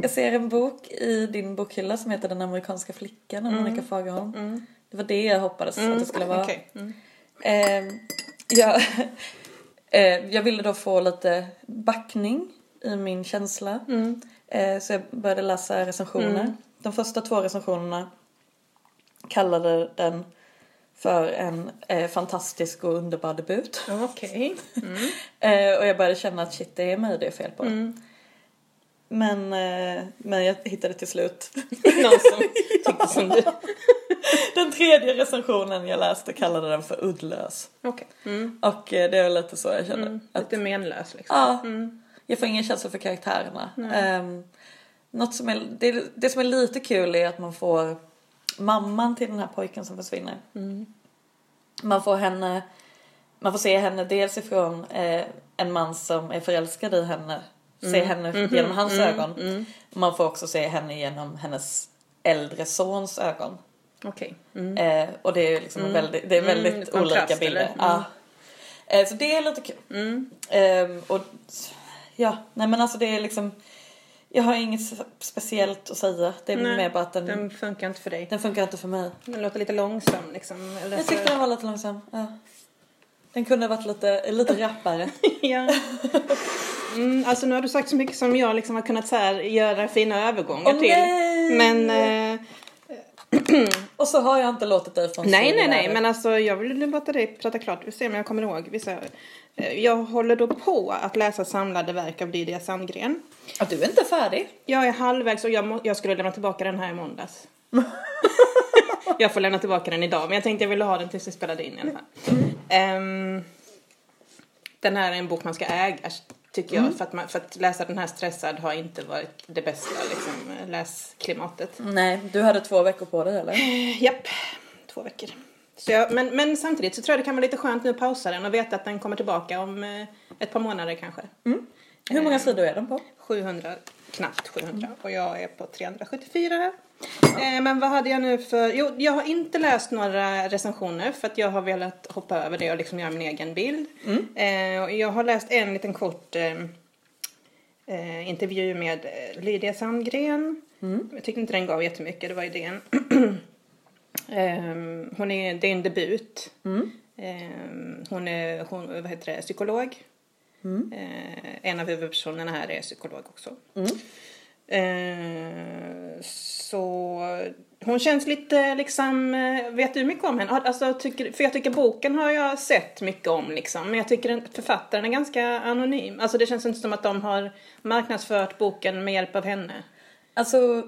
[SPEAKER 2] Jag ser en bok i din bokhylla som heter Den amerikanska flickan av Monica Fagerholm. Det var det jag hoppades att det skulle vara.
[SPEAKER 1] Okej. Mm. Mm.
[SPEAKER 2] Ehm, [LAUGHS] jag, eh, jag ville då få lite backning i min känsla. Eh, så jag började läsa recensioner. De första två recensionerna kallade den för en eh, fantastisk och underbar debut.
[SPEAKER 1] Okej.
[SPEAKER 2] [LAUGHS] Eh, och jag började känna att shit, det är mig det är fel på. Men, eh, men jag hittade till slut
[SPEAKER 1] [LAUGHS]
[SPEAKER 2] [LAUGHS]
[SPEAKER 1] Någon som tyckte som du.
[SPEAKER 2] den tredje recensionen jag läste kallade den för uddlös.
[SPEAKER 1] Okej. Mm.
[SPEAKER 2] Och eh, det är väl lite så jag känner. Att,
[SPEAKER 1] Lite menlös liksom.
[SPEAKER 2] ja, Mm. Jag får ingen känsla för karaktärerna. Ehm, något som är, det, det som är lite kul är att man får mamman till den här pojken som försvinner.
[SPEAKER 1] Mm.
[SPEAKER 2] Man får henne, man får se henne dels ifrån eh, en man som är förälskad i henne,
[SPEAKER 1] Mm.
[SPEAKER 2] se henne
[SPEAKER 1] Mm-hmm.
[SPEAKER 2] genom hans ögon. Man får också se henne genom hennes äldre sons ögon.
[SPEAKER 1] Okej.
[SPEAKER 2] Eh, och det är ju liksom väldigt, det är väldigt
[SPEAKER 1] Mm, kontrast,
[SPEAKER 2] olika bilder.
[SPEAKER 1] eller? Mm.
[SPEAKER 2] Ja. Eh, så det är lite kul. Ehm, och ja, nej men alltså det är liksom jag har inget s- speciellt att säga. Det är
[SPEAKER 1] Nej,
[SPEAKER 2] mer bara att den, den...
[SPEAKER 1] Den funkar inte för dig.
[SPEAKER 2] funkar inte för mig.
[SPEAKER 1] Den låter lite långsam liksom. Eller
[SPEAKER 2] Jag
[SPEAKER 1] så-
[SPEAKER 2] tyckte den var lite långsam. Ja. Den kunde ha varit lite, lite [LAUGHS] rappare.
[SPEAKER 1] Ja. Mm, alltså nu har du sagt så mycket som jag liksom har kunnat så här, göra fina övergångar
[SPEAKER 2] Åh,
[SPEAKER 1] till.
[SPEAKER 2] nej!
[SPEAKER 1] Men eh,
[SPEAKER 2] Och så har jag inte låtit dig från
[SPEAKER 1] nej, nej,
[SPEAKER 2] studievärlden.
[SPEAKER 1] nej, men alltså jag vill låta dig prata klart. Vi ser om jag kommer ihåg vissa. Eh, Jag håller då på att läsa samlade verk av Lydia Sandgren.
[SPEAKER 2] Ja, du är inte färdig.
[SPEAKER 1] Jag är halvvägs och jag, må, jag skulle lämna tillbaka den här i måndags. jag får lämna tillbaka den idag men jag tänkte jag ville ha den tills vi spelade in i alla fall. Ehm, den här är en bok man ska äga tycker jag för, att man, för att läsa den här stressad har inte varit det bästa liksom, läsklimatet.
[SPEAKER 2] Nej, du hade två veckor på dig eller?
[SPEAKER 1] Eh, Japp, två veckor. Så jag, men, men samtidigt så tror jag det kan vara lite skönt nu att pausa den och veta att den kommer tillbaka om eh, ett par månader kanske.
[SPEAKER 2] Hur många sidor är den på?
[SPEAKER 1] 700, knappt 700 och jag är på 374 här. Eh, men vad hade jag nu för, jo jag har inte läst några recensioner för att jag har velat hoppa över det och liksom göra min egen bild. Eh, och jag har läst en liten kort eh, eh, intervju med eh, Lydia Sandgren. Jag tyckte inte den gav jättemycket, det var idén. [CLEARS THROAT] Ehm, hon är, det är en debut. Ehm, hon är hon, vad heter det, psykolog. Eh, en av huvudpersonerna här är psykolog också.
[SPEAKER 2] Mm.
[SPEAKER 1] Eh, så hon känns lite liksom, eh, vet du mycket om henne? Ah, Alltså, tycker, för jag tycker boken har jag sett mycket om liksom. Men jag tycker den- författaren är ganska anonym. Alltså det känns inte som att de har marknadsfört boken med hjälp av henne.
[SPEAKER 2] Alltså,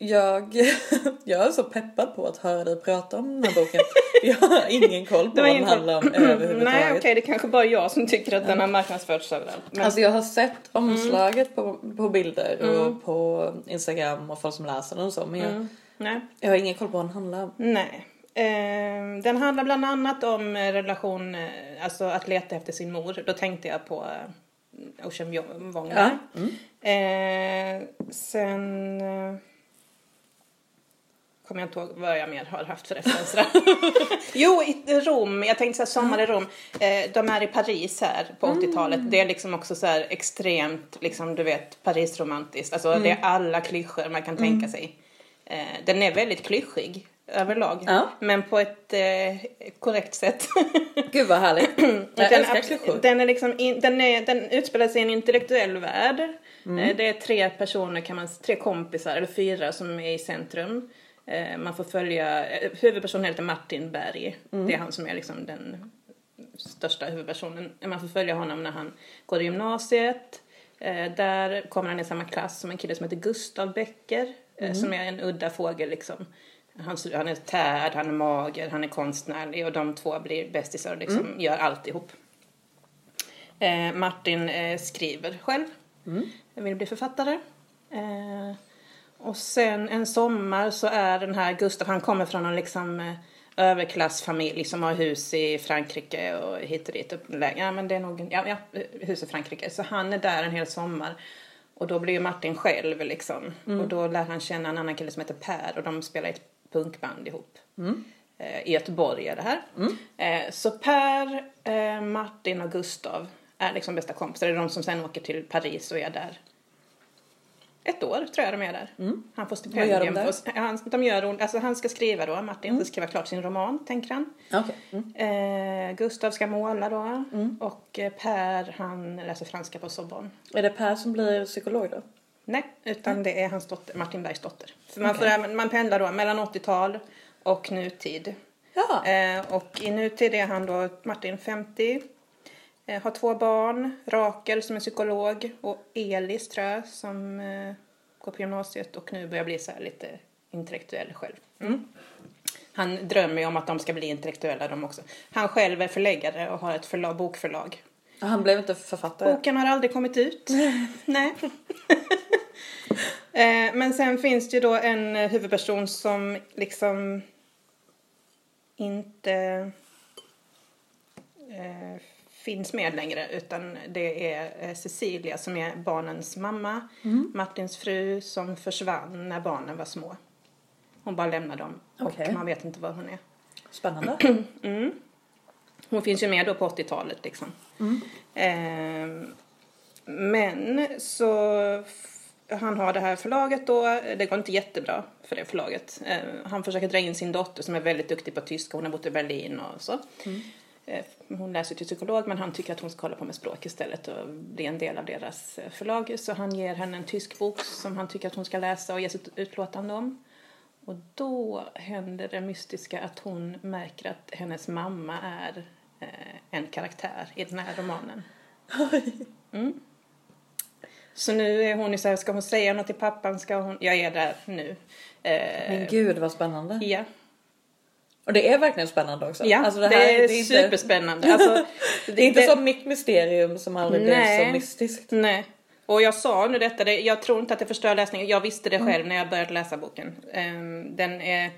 [SPEAKER 2] jag, [LAUGHS] jag är så peppad på att höra dig prata om den här [LAUGHS] boken. Jag har ingen koll [CLEARS THROAT] på
[SPEAKER 1] Det
[SPEAKER 2] vad
[SPEAKER 1] var
[SPEAKER 2] den
[SPEAKER 1] ingen
[SPEAKER 2] handlar om
[SPEAKER 1] [CLEARS THROAT] Nej
[SPEAKER 2] överhuvudtaget.
[SPEAKER 1] okej, det är kanske bara jag som tycker att den har marknadsförts överallt. Men,
[SPEAKER 2] Alltså jag har sett omslaget på, på bilder och på Instagram och folk som läser den och så men jag,
[SPEAKER 1] nej.
[SPEAKER 2] jag har ingen koll på vad den handlar om.
[SPEAKER 1] Nej. Ehm, den handlar bland annat om eh, relation, eh, alltså att leta efter sin mor. Då tänkte jag på eh, Ocean Wong- Wong. där.
[SPEAKER 2] Mm.
[SPEAKER 1] Ehm, sen eh, kommer jag inte ihåg vad jag mer har haft för referenser. jo, i Rom. Jag tänkte så här, sommar i Rom. Eh, de är i Paris här på 80-talet. Det är liksom också så här extremt, liksom du vet, Parisromantiskt. Alltså det är alla klyschor man kan tänka sig. Eh, den är väldigt klyschig överlag.
[SPEAKER 2] Ja.
[SPEAKER 1] Men på ett eh, korrekt sätt. [LAUGHS]
[SPEAKER 2] Gud vad härligt. [CLEARS THROAT] jag
[SPEAKER 1] den,
[SPEAKER 2] älskar
[SPEAKER 1] abs-
[SPEAKER 2] klyschor.
[SPEAKER 1] den, är liksom in, den, är, den utspelar sig i en intellektuell värld.
[SPEAKER 2] Mm.
[SPEAKER 1] Eh, Det är tre personer, kan man, s- tre kompisar, eller fyra, som är i centrum. Eh, Man får följa, eh, huvudpersonen heter Martin Berg.
[SPEAKER 2] Mm.
[SPEAKER 1] Det är han som är liksom den största huvudpersonen. Man får följa honom när han går i gymnasiet. Eh, där kommer han i samma klass som en kille som heter Gustav Becker,
[SPEAKER 2] Mm.
[SPEAKER 1] eh, som är en udda fågel liksom. Han, han är tärd, han är mager, han är konstnärlig och de två blir bästisar och liksom
[SPEAKER 2] Mm.
[SPEAKER 1] gör alltihop. Eh, Martin eh, skriver själv. Jag vill bli författare. Eh, och sen en sommar så är den här Gustav, han kommer från en liksom eh, överklassfamilj som har hus i Frankrike och hit och dit. Upp, ja, men det är nog, en- ja, ja, hus i Frankrike. Så han är där en hel sommar. Och då blir ju Martin själv liksom.
[SPEAKER 2] Mm.
[SPEAKER 1] Och då lär han känna en annan kille som heter Per och de spelar i ett punkband ihop.
[SPEAKER 2] Mm.
[SPEAKER 1] Eh, I Göteborg är det här. Eh, så Per, eh, Martin och Gustav är liksom bästa kompisar. Det är de som sen åker till Paris och är där. Ett år tror jag de är där. Han får stipendium.
[SPEAKER 2] Mm. Vad gör de där? Mm.
[SPEAKER 1] och- han, de gör, alltså han ska skriva då, Martin ska skriva klart sin roman tänker han.
[SPEAKER 2] Okej. Mm.
[SPEAKER 1] Eh, Gustav ska måla då och eh, Per han läser franska på Sorbonne.
[SPEAKER 2] Är det Per som blir psykolog då?
[SPEAKER 1] Nej, utan det är hans dotter, Martin Bergs dotter. För man, får även, man pendlar då mellan 80-tal och nutid.
[SPEAKER 2] Ja.
[SPEAKER 1] Eh, och i nutid är han då Martin 50, eh, har två barn, Rakel som är psykolog och Elis tror jag som eh, går på gymnasiet och nu börjar bli så här lite intellektuell själv. Mm. Han drömmer ju om att de ska bli intellektuella de också. Han själv är förläggare och har ett förlag, bokförlag.
[SPEAKER 2] Han blev inte författare.
[SPEAKER 1] Boken har aldrig kommit ut. Nej. [LAUGHS] Eh, men sen finns det ju då en eh, huvudperson som liksom inte eh, finns med längre utan det är eh, Cecilia som är barnens mamma, Martins fru som försvann när barnen var små. Hon bara lämnade dem
[SPEAKER 2] Okej.
[SPEAKER 1] och man vet inte var hon är.
[SPEAKER 2] Spännande.
[SPEAKER 1] Hon finns ju med då på 80-talet liksom. Ehm, men så f- han har det här förlaget då. Det går inte jättebra för det förlaget. Ehm, han försöker dra in sin dotter som är väldigt duktig på tyska. Hon har bott i Berlin och så. Ehm, hon läser till psykolog men han tycker att hon ska hålla på med språk istället och bli en del av deras eh, förlag. Så han ger henne en tysk bok som han tycker att hon ska läsa och ge sitt utlåtande om. Och då händer det mystiska att hon märker att hennes mamma är eh, en karaktär i den här romanen. Mm. Så nu är hon ju såhär, ska hon säga något till pappan? Ska hon... Jag är där nu. Eh,
[SPEAKER 2] [CLEARS THROAT] Men gud vad spännande.
[SPEAKER 1] ja,
[SPEAKER 2] Och det är verkligen spännande också.
[SPEAKER 1] ja.
[SPEAKER 2] Alltså,
[SPEAKER 1] det,
[SPEAKER 2] här-
[SPEAKER 1] är
[SPEAKER 2] inte-
[SPEAKER 1] superspännande. Alltså,
[SPEAKER 2] [LAUGHS] Det är inte
[SPEAKER 1] det-
[SPEAKER 2] som mitt mysterium som aldrig blev
[SPEAKER 1] Nej.
[SPEAKER 2] så mystiskt.
[SPEAKER 1] Nej. Och jag sa nu detta, det, jag tror inte att det förstör läsningen. Jag visste
[SPEAKER 2] Mm.
[SPEAKER 1] det själv när jag började läsa boken. Ehm, den är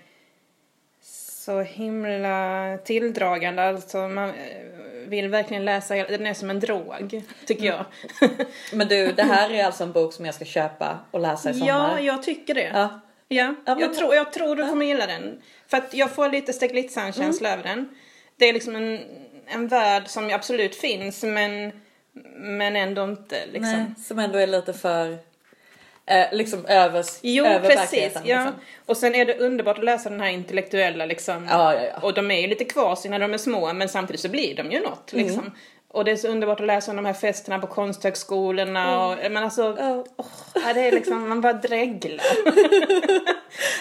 [SPEAKER 1] så himla tilldragande. Alltså man eh, vill verkligen läsa, hela- den är som en drog, tycker jag.
[SPEAKER 2] Men du, det här är alltså en bok som jag ska köpa och läsa i sommar.
[SPEAKER 1] [LAUGHS] ja, jag tycker det. Ja,
[SPEAKER 2] Ja. men-
[SPEAKER 1] jag, tror, jag tror du kommer gilla den. För att jag får lite Steglitzan-känsla
[SPEAKER 2] Mm.
[SPEAKER 1] över den. Det är liksom en, en värld som absolut finns, men, men ändå inte liksom.
[SPEAKER 2] Nej, som ändå är lite för... Eh, liksom över,
[SPEAKER 1] Jo,
[SPEAKER 2] över
[SPEAKER 1] precis.
[SPEAKER 2] verkligheten.
[SPEAKER 1] Ja.
[SPEAKER 2] Liksom.
[SPEAKER 1] Och sen är det underbart att läsa den här intellektuella liksom.
[SPEAKER 2] Ja, ja, ja.
[SPEAKER 1] Och de är ju lite kvar sig när de är små men samtidigt så blir de ju något
[SPEAKER 2] Mm.
[SPEAKER 1] liksom. Och det är så underbart att läsa om de här festerna på konsthögskolorna
[SPEAKER 2] Mm.
[SPEAKER 1] och, men alltså,
[SPEAKER 2] Ja.
[SPEAKER 1] ja, det är liksom, man bara dreglar.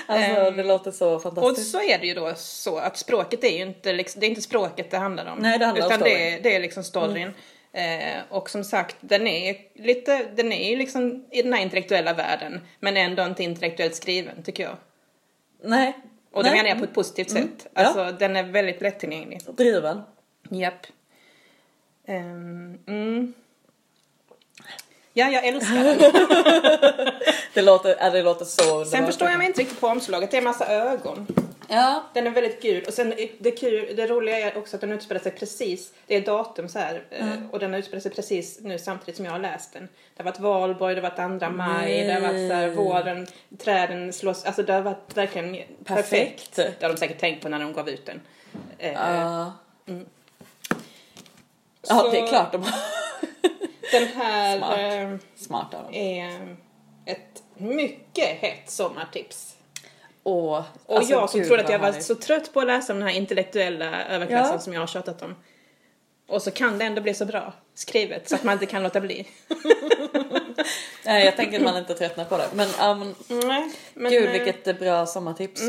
[SPEAKER 2] Alltså,
[SPEAKER 1] Ehm,
[SPEAKER 2] det låter så
[SPEAKER 1] Och
[SPEAKER 2] fantastiskt.
[SPEAKER 1] så är det ju då så att språket är ju inte, liksom, det är inte språket det handlar om.
[SPEAKER 2] Nej, det handlar om
[SPEAKER 1] utan det, är,
[SPEAKER 2] storyn. Mm.
[SPEAKER 1] det är liksom storyn. Eh, och som sagt, den är lite, den är ju liksom i den här intellektuella världen men ändå inte intellektuellt skriven tycker jag.
[SPEAKER 2] Nej.
[SPEAKER 1] Och det
[SPEAKER 2] Nej.
[SPEAKER 1] menar jag på ett positivt sätt.
[SPEAKER 2] Ja.
[SPEAKER 1] Alltså den är väldigt lättillgänglig.
[SPEAKER 2] Driven.
[SPEAKER 1] Japp. Ehm, mm. Ah. Ja, jag älskar den.
[SPEAKER 2] Det låter, ja, det låter så underbart.
[SPEAKER 1] Sen förstår jag mig inte riktigt på omslaget. Det är en massa ögon.
[SPEAKER 2] Ja.
[SPEAKER 1] Den är väldigt gul. Och sen är det, kul, det roliga är också att den utspelar sig precis, det är datum så här, eh, och den utspelar sig precis nu samtidigt som jag har läst den. Det har varit valborg, det har varit andra maj, det har varit så här,
[SPEAKER 2] Nej.
[SPEAKER 1] våren, träden slås, alltså det har varit verkligen perfekt.
[SPEAKER 2] Perfekt.
[SPEAKER 1] Det har de säkert tänkt på när de gav ut den. Eh,
[SPEAKER 2] Ja.
[SPEAKER 1] Så-
[SPEAKER 2] mm. Ja, det är klart de
[SPEAKER 1] Den här
[SPEAKER 2] Smart.
[SPEAKER 1] eh,
[SPEAKER 2] Smart av dem.
[SPEAKER 1] är ett mycket hett sommartips.
[SPEAKER 2] Åh,
[SPEAKER 1] Och
[SPEAKER 2] alltså,
[SPEAKER 1] jag som
[SPEAKER 2] gud,
[SPEAKER 1] trodde att
[SPEAKER 2] vad
[SPEAKER 1] jag var
[SPEAKER 2] härligt.
[SPEAKER 1] så trött på att läsa om den här intellektuella överklassen
[SPEAKER 2] Ja.
[SPEAKER 1] som jag har tjatat om. Och så kan det ändå bli så bra skrivet så att man inte kan låta bli.
[SPEAKER 2] Nej, jag tänker att man inte tröttnar på det. Men, ja, men
[SPEAKER 1] [LAUGHS] Nej, men,
[SPEAKER 2] gud
[SPEAKER 1] eh, mm.
[SPEAKER 2] vilket eh, bra sommartips.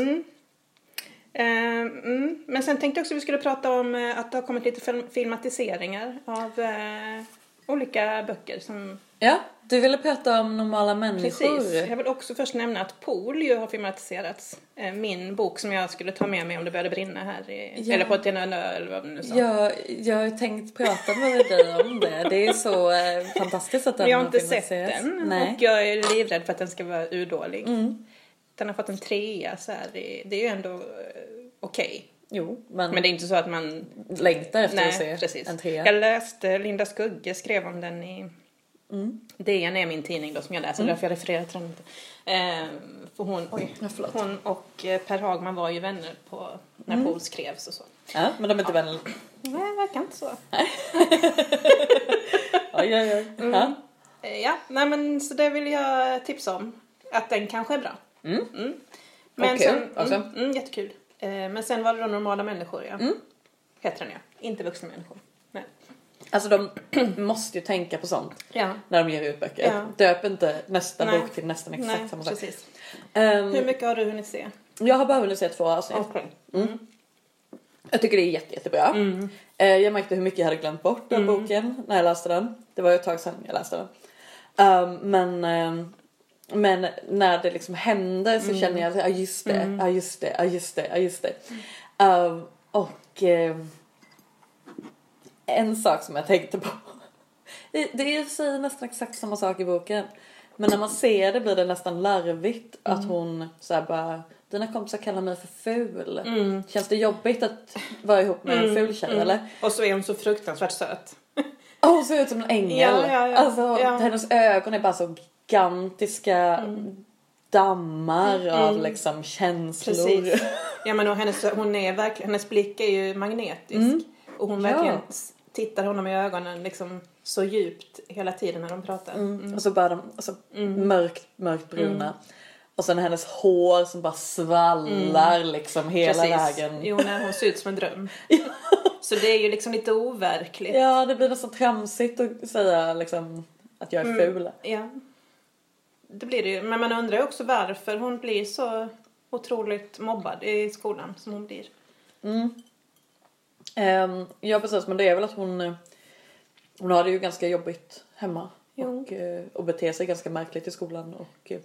[SPEAKER 1] eh, mm. Men sen tänkte jag också att vi skulle prata om eh, att det har kommit lite film- filmatiseringar av eh, olika böcker som
[SPEAKER 2] Ja, du ville prata om normala människor.
[SPEAKER 1] Precis. Jag vill också först nämna att Pool ju har filmatiserats. Eh, Min bok som jag skulle ta med mig om det började brinna här i,
[SPEAKER 2] Ja.
[SPEAKER 1] eller på ett en ö eller vad man nu sa.
[SPEAKER 2] Jag, jag har ju tänkt prata med dig om det. Det är så eh, fantastiskt att den
[SPEAKER 1] Men jag har
[SPEAKER 2] har
[SPEAKER 1] inte sett
[SPEAKER 2] filmatiserats.
[SPEAKER 1] den
[SPEAKER 2] Nej. Mm.
[SPEAKER 1] och jag är livrädd för att den ska vara urdålig. Den har fått en trea så här, det, det är ju ändå eh, okej.
[SPEAKER 2] Jo, men,
[SPEAKER 1] Men det är inte så att man...
[SPEAKER 2] längtar efter att se
[SPEAKER 1] Nej, precis.
[SPEAKER 2] en trea.
[SPEAKER 1] Jag läste Linda Skugge skrev om den i...
[SPEAKER 2] Mm.
[SPEAKER 1] DN är min tidning då som jag läser, därför jag refererar till den inte. Ehm, för hon, oj,
[SPEAKER 2] Ja, förlåt. Mm.
[SPEAKER 1] hon och eh, Per Hagman var ju vänner på, när Pool skrevs och så.
[SPEAKER 2] Ja, men de är inte vänner.
[SPEAKER 1] Nej, det verkar inte så.
[SPEAKER 2] Oj, oj, oj. Ja.
[SPEAKER 1] Eh, Ja, nej men så det vill jag tipsa om. Att den kanske är bra.
[SPEAKER 2] Mm.
[SPEAKER 1] Mm.
[SPEAKER 2] Och kul
[SPEAKER 1] sen,
[SPEAKER 2] också. Mm.
[SPEAKER 1] Mm, mm, jättekul. Eh, Men sen var det då normala människor, ja. Heter den ja. Inte vuxna människor. Nej.
[SPEAKER 2] Alltså de [CLEARS THROAT] måste ju tänka på sånt
[SPEAKER 1] Ja.
[SPEAKER 2] när de ger ut böcker.
[SPEAKER 1] Ja.
[SPEAKER 2] Döp inte nästa
[SPEAKER 1] Nej.
[SPEAKER 2] bok till nästan exakt
[SPEAKER 1] Nej,
[SPEAKER 2] samma sak.
[SPEAKER 1] precis.
[SPEAKER 2] Ehm,
[SPEAKER 1] Hur mycket har du hunnit se?
[SPEAKER 2] jag har bara hunnit se två avsnitt.
[SPEAKER 1] Okej.
[SPEAKER 2] Jag tycker det är jätte, jättebra.
[SPEAKER 1] Mm.
[SPEAKER 2] Eh, jag märkte hur mycket jag hade glömt bort den boken när jag läste den. Det var ju ett tag sedan jag läste den. Ehm, men, ehm, men när det liksom hände så känner jag att ja just det, ja just det, ja just det, ja just det. Ehm, och ehm, [LAUGHS] en sak som jag tänkte på. Det det är i och för sig nästan exakt samma sak i boken. Men när man ser det blir det nästan larvigt att hon så här bara dina kompisar kallar mig för ful. Känns det jobbigt att vara ihop med en ful tjej eller?
[SPEAKER 1] Och så är hon så fruktansvärt söt.
[SPEAKER 2] Och hon ser ut som en ängel.
[SPEAKER 1] Ja, ja, ja.
[SPEAKER 2] Alltså
[SPEAKER 1] Ja.
[SPEAKER 2] hennes ögon är bara så gigantiska
[SPEAKER 1] Mm.
[SPEAKER 2] dammar av liksom känslor.
[SPEAKER 1] [LAUGHS] Precis. Ja men och hennes, hon är verkligen, hennes blick är ju magnetisk. Och hon
[SPEAKER 2] Ja.
[SPEAKER 1] verkligen s- tittar honom i ögonen liksom så djupt hela tiden när de pratar.
[SPEAKER 2] Och så bara de alltså,
[SPEAKER 1] Mm.
[SPEAKER 2] mörkt, mörkt bruna. Och sen hennes hår som bara svallar
[SPEAKER 1] Mm.
[SPEAKER 2] liksom hela vägen.
[SPEAKER 1] Jo, när hon ser ut som en dröm. så det är ju liksom lite overkligt.
[SPEAKER 2] Ja, det blir nästan tramsigt att säga liksom att jag är
[SPEAKER 1] Mm.
[SPEAKER 2] ful.
[SPEAKER 1] Ja. Det blir det ju. Men man undrar ju också varför hon blir så otroligt mobbad i skolan som hon blir.
[SPEAKER 2] Ehm, ja, precis. Men det är väl att hon, eh, hon har det ju ganska jobbigt hemma.
[SPEAKER 1] Jo.
[SPEAKER 2] Och, eh, och beter sig ganska märkligt i skolan. Och eh,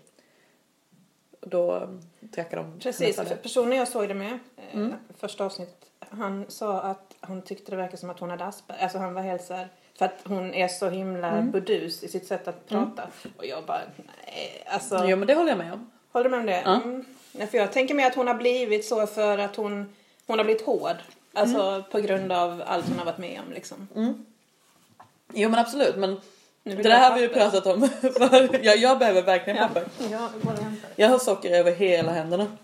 [SPEAKER 2] då eh, trackar de
[SPEAKER 1] Precis,
[SPEAKER 2] henne för det.
[SPEAKER 1] personen jag såg det med, eh,
[SPEAKER 2] Mm.
[SPEAKER 1] första avsnittet, han sa att han tyckte det verkade som att hon hade Asperger, alltså han var helt så här, för att hon är så himla
[SPEAKER 2] Mm.
[SPEAKER 1] burdus i sitt sätt att prata. Och jag bara, nej, alltså.
[SPEAKER 2] Jo, men det håller jag med om.
[SPEAKER 1] Håller du med om det?
[SPEAKER 2] Ja.
[SPEAKER 1] Mm. Nej, för jag tänker mig att hon har blivit så för att hon, hon har blivit hård. Alltså
[SPEAKER 2] Mm.
[SPEAKER 1] på grund av allt hon har varit med om liksom.
[SPEAKER 2] Jo, men absolut. Men
[SPEAKER 1] Nu
[SPEAKER 2] Mm. det
[SPEAKER 1] vill
[SPEAKER 2] där
[SPEAKER 1] jag
[SPEAKER 2] har vi ju
[SPEAKER 1] papper.
[SPEAKER 2] pratat om. [LAUGHS] För jag, jag behöver verkligen
[SPEAKER 1] Ja,
[SPEAKER 2] papper.
[SPEAKER 1] ja jag går och hämtar det.
[SPEAKER 2] Jag har socker över hela händerna.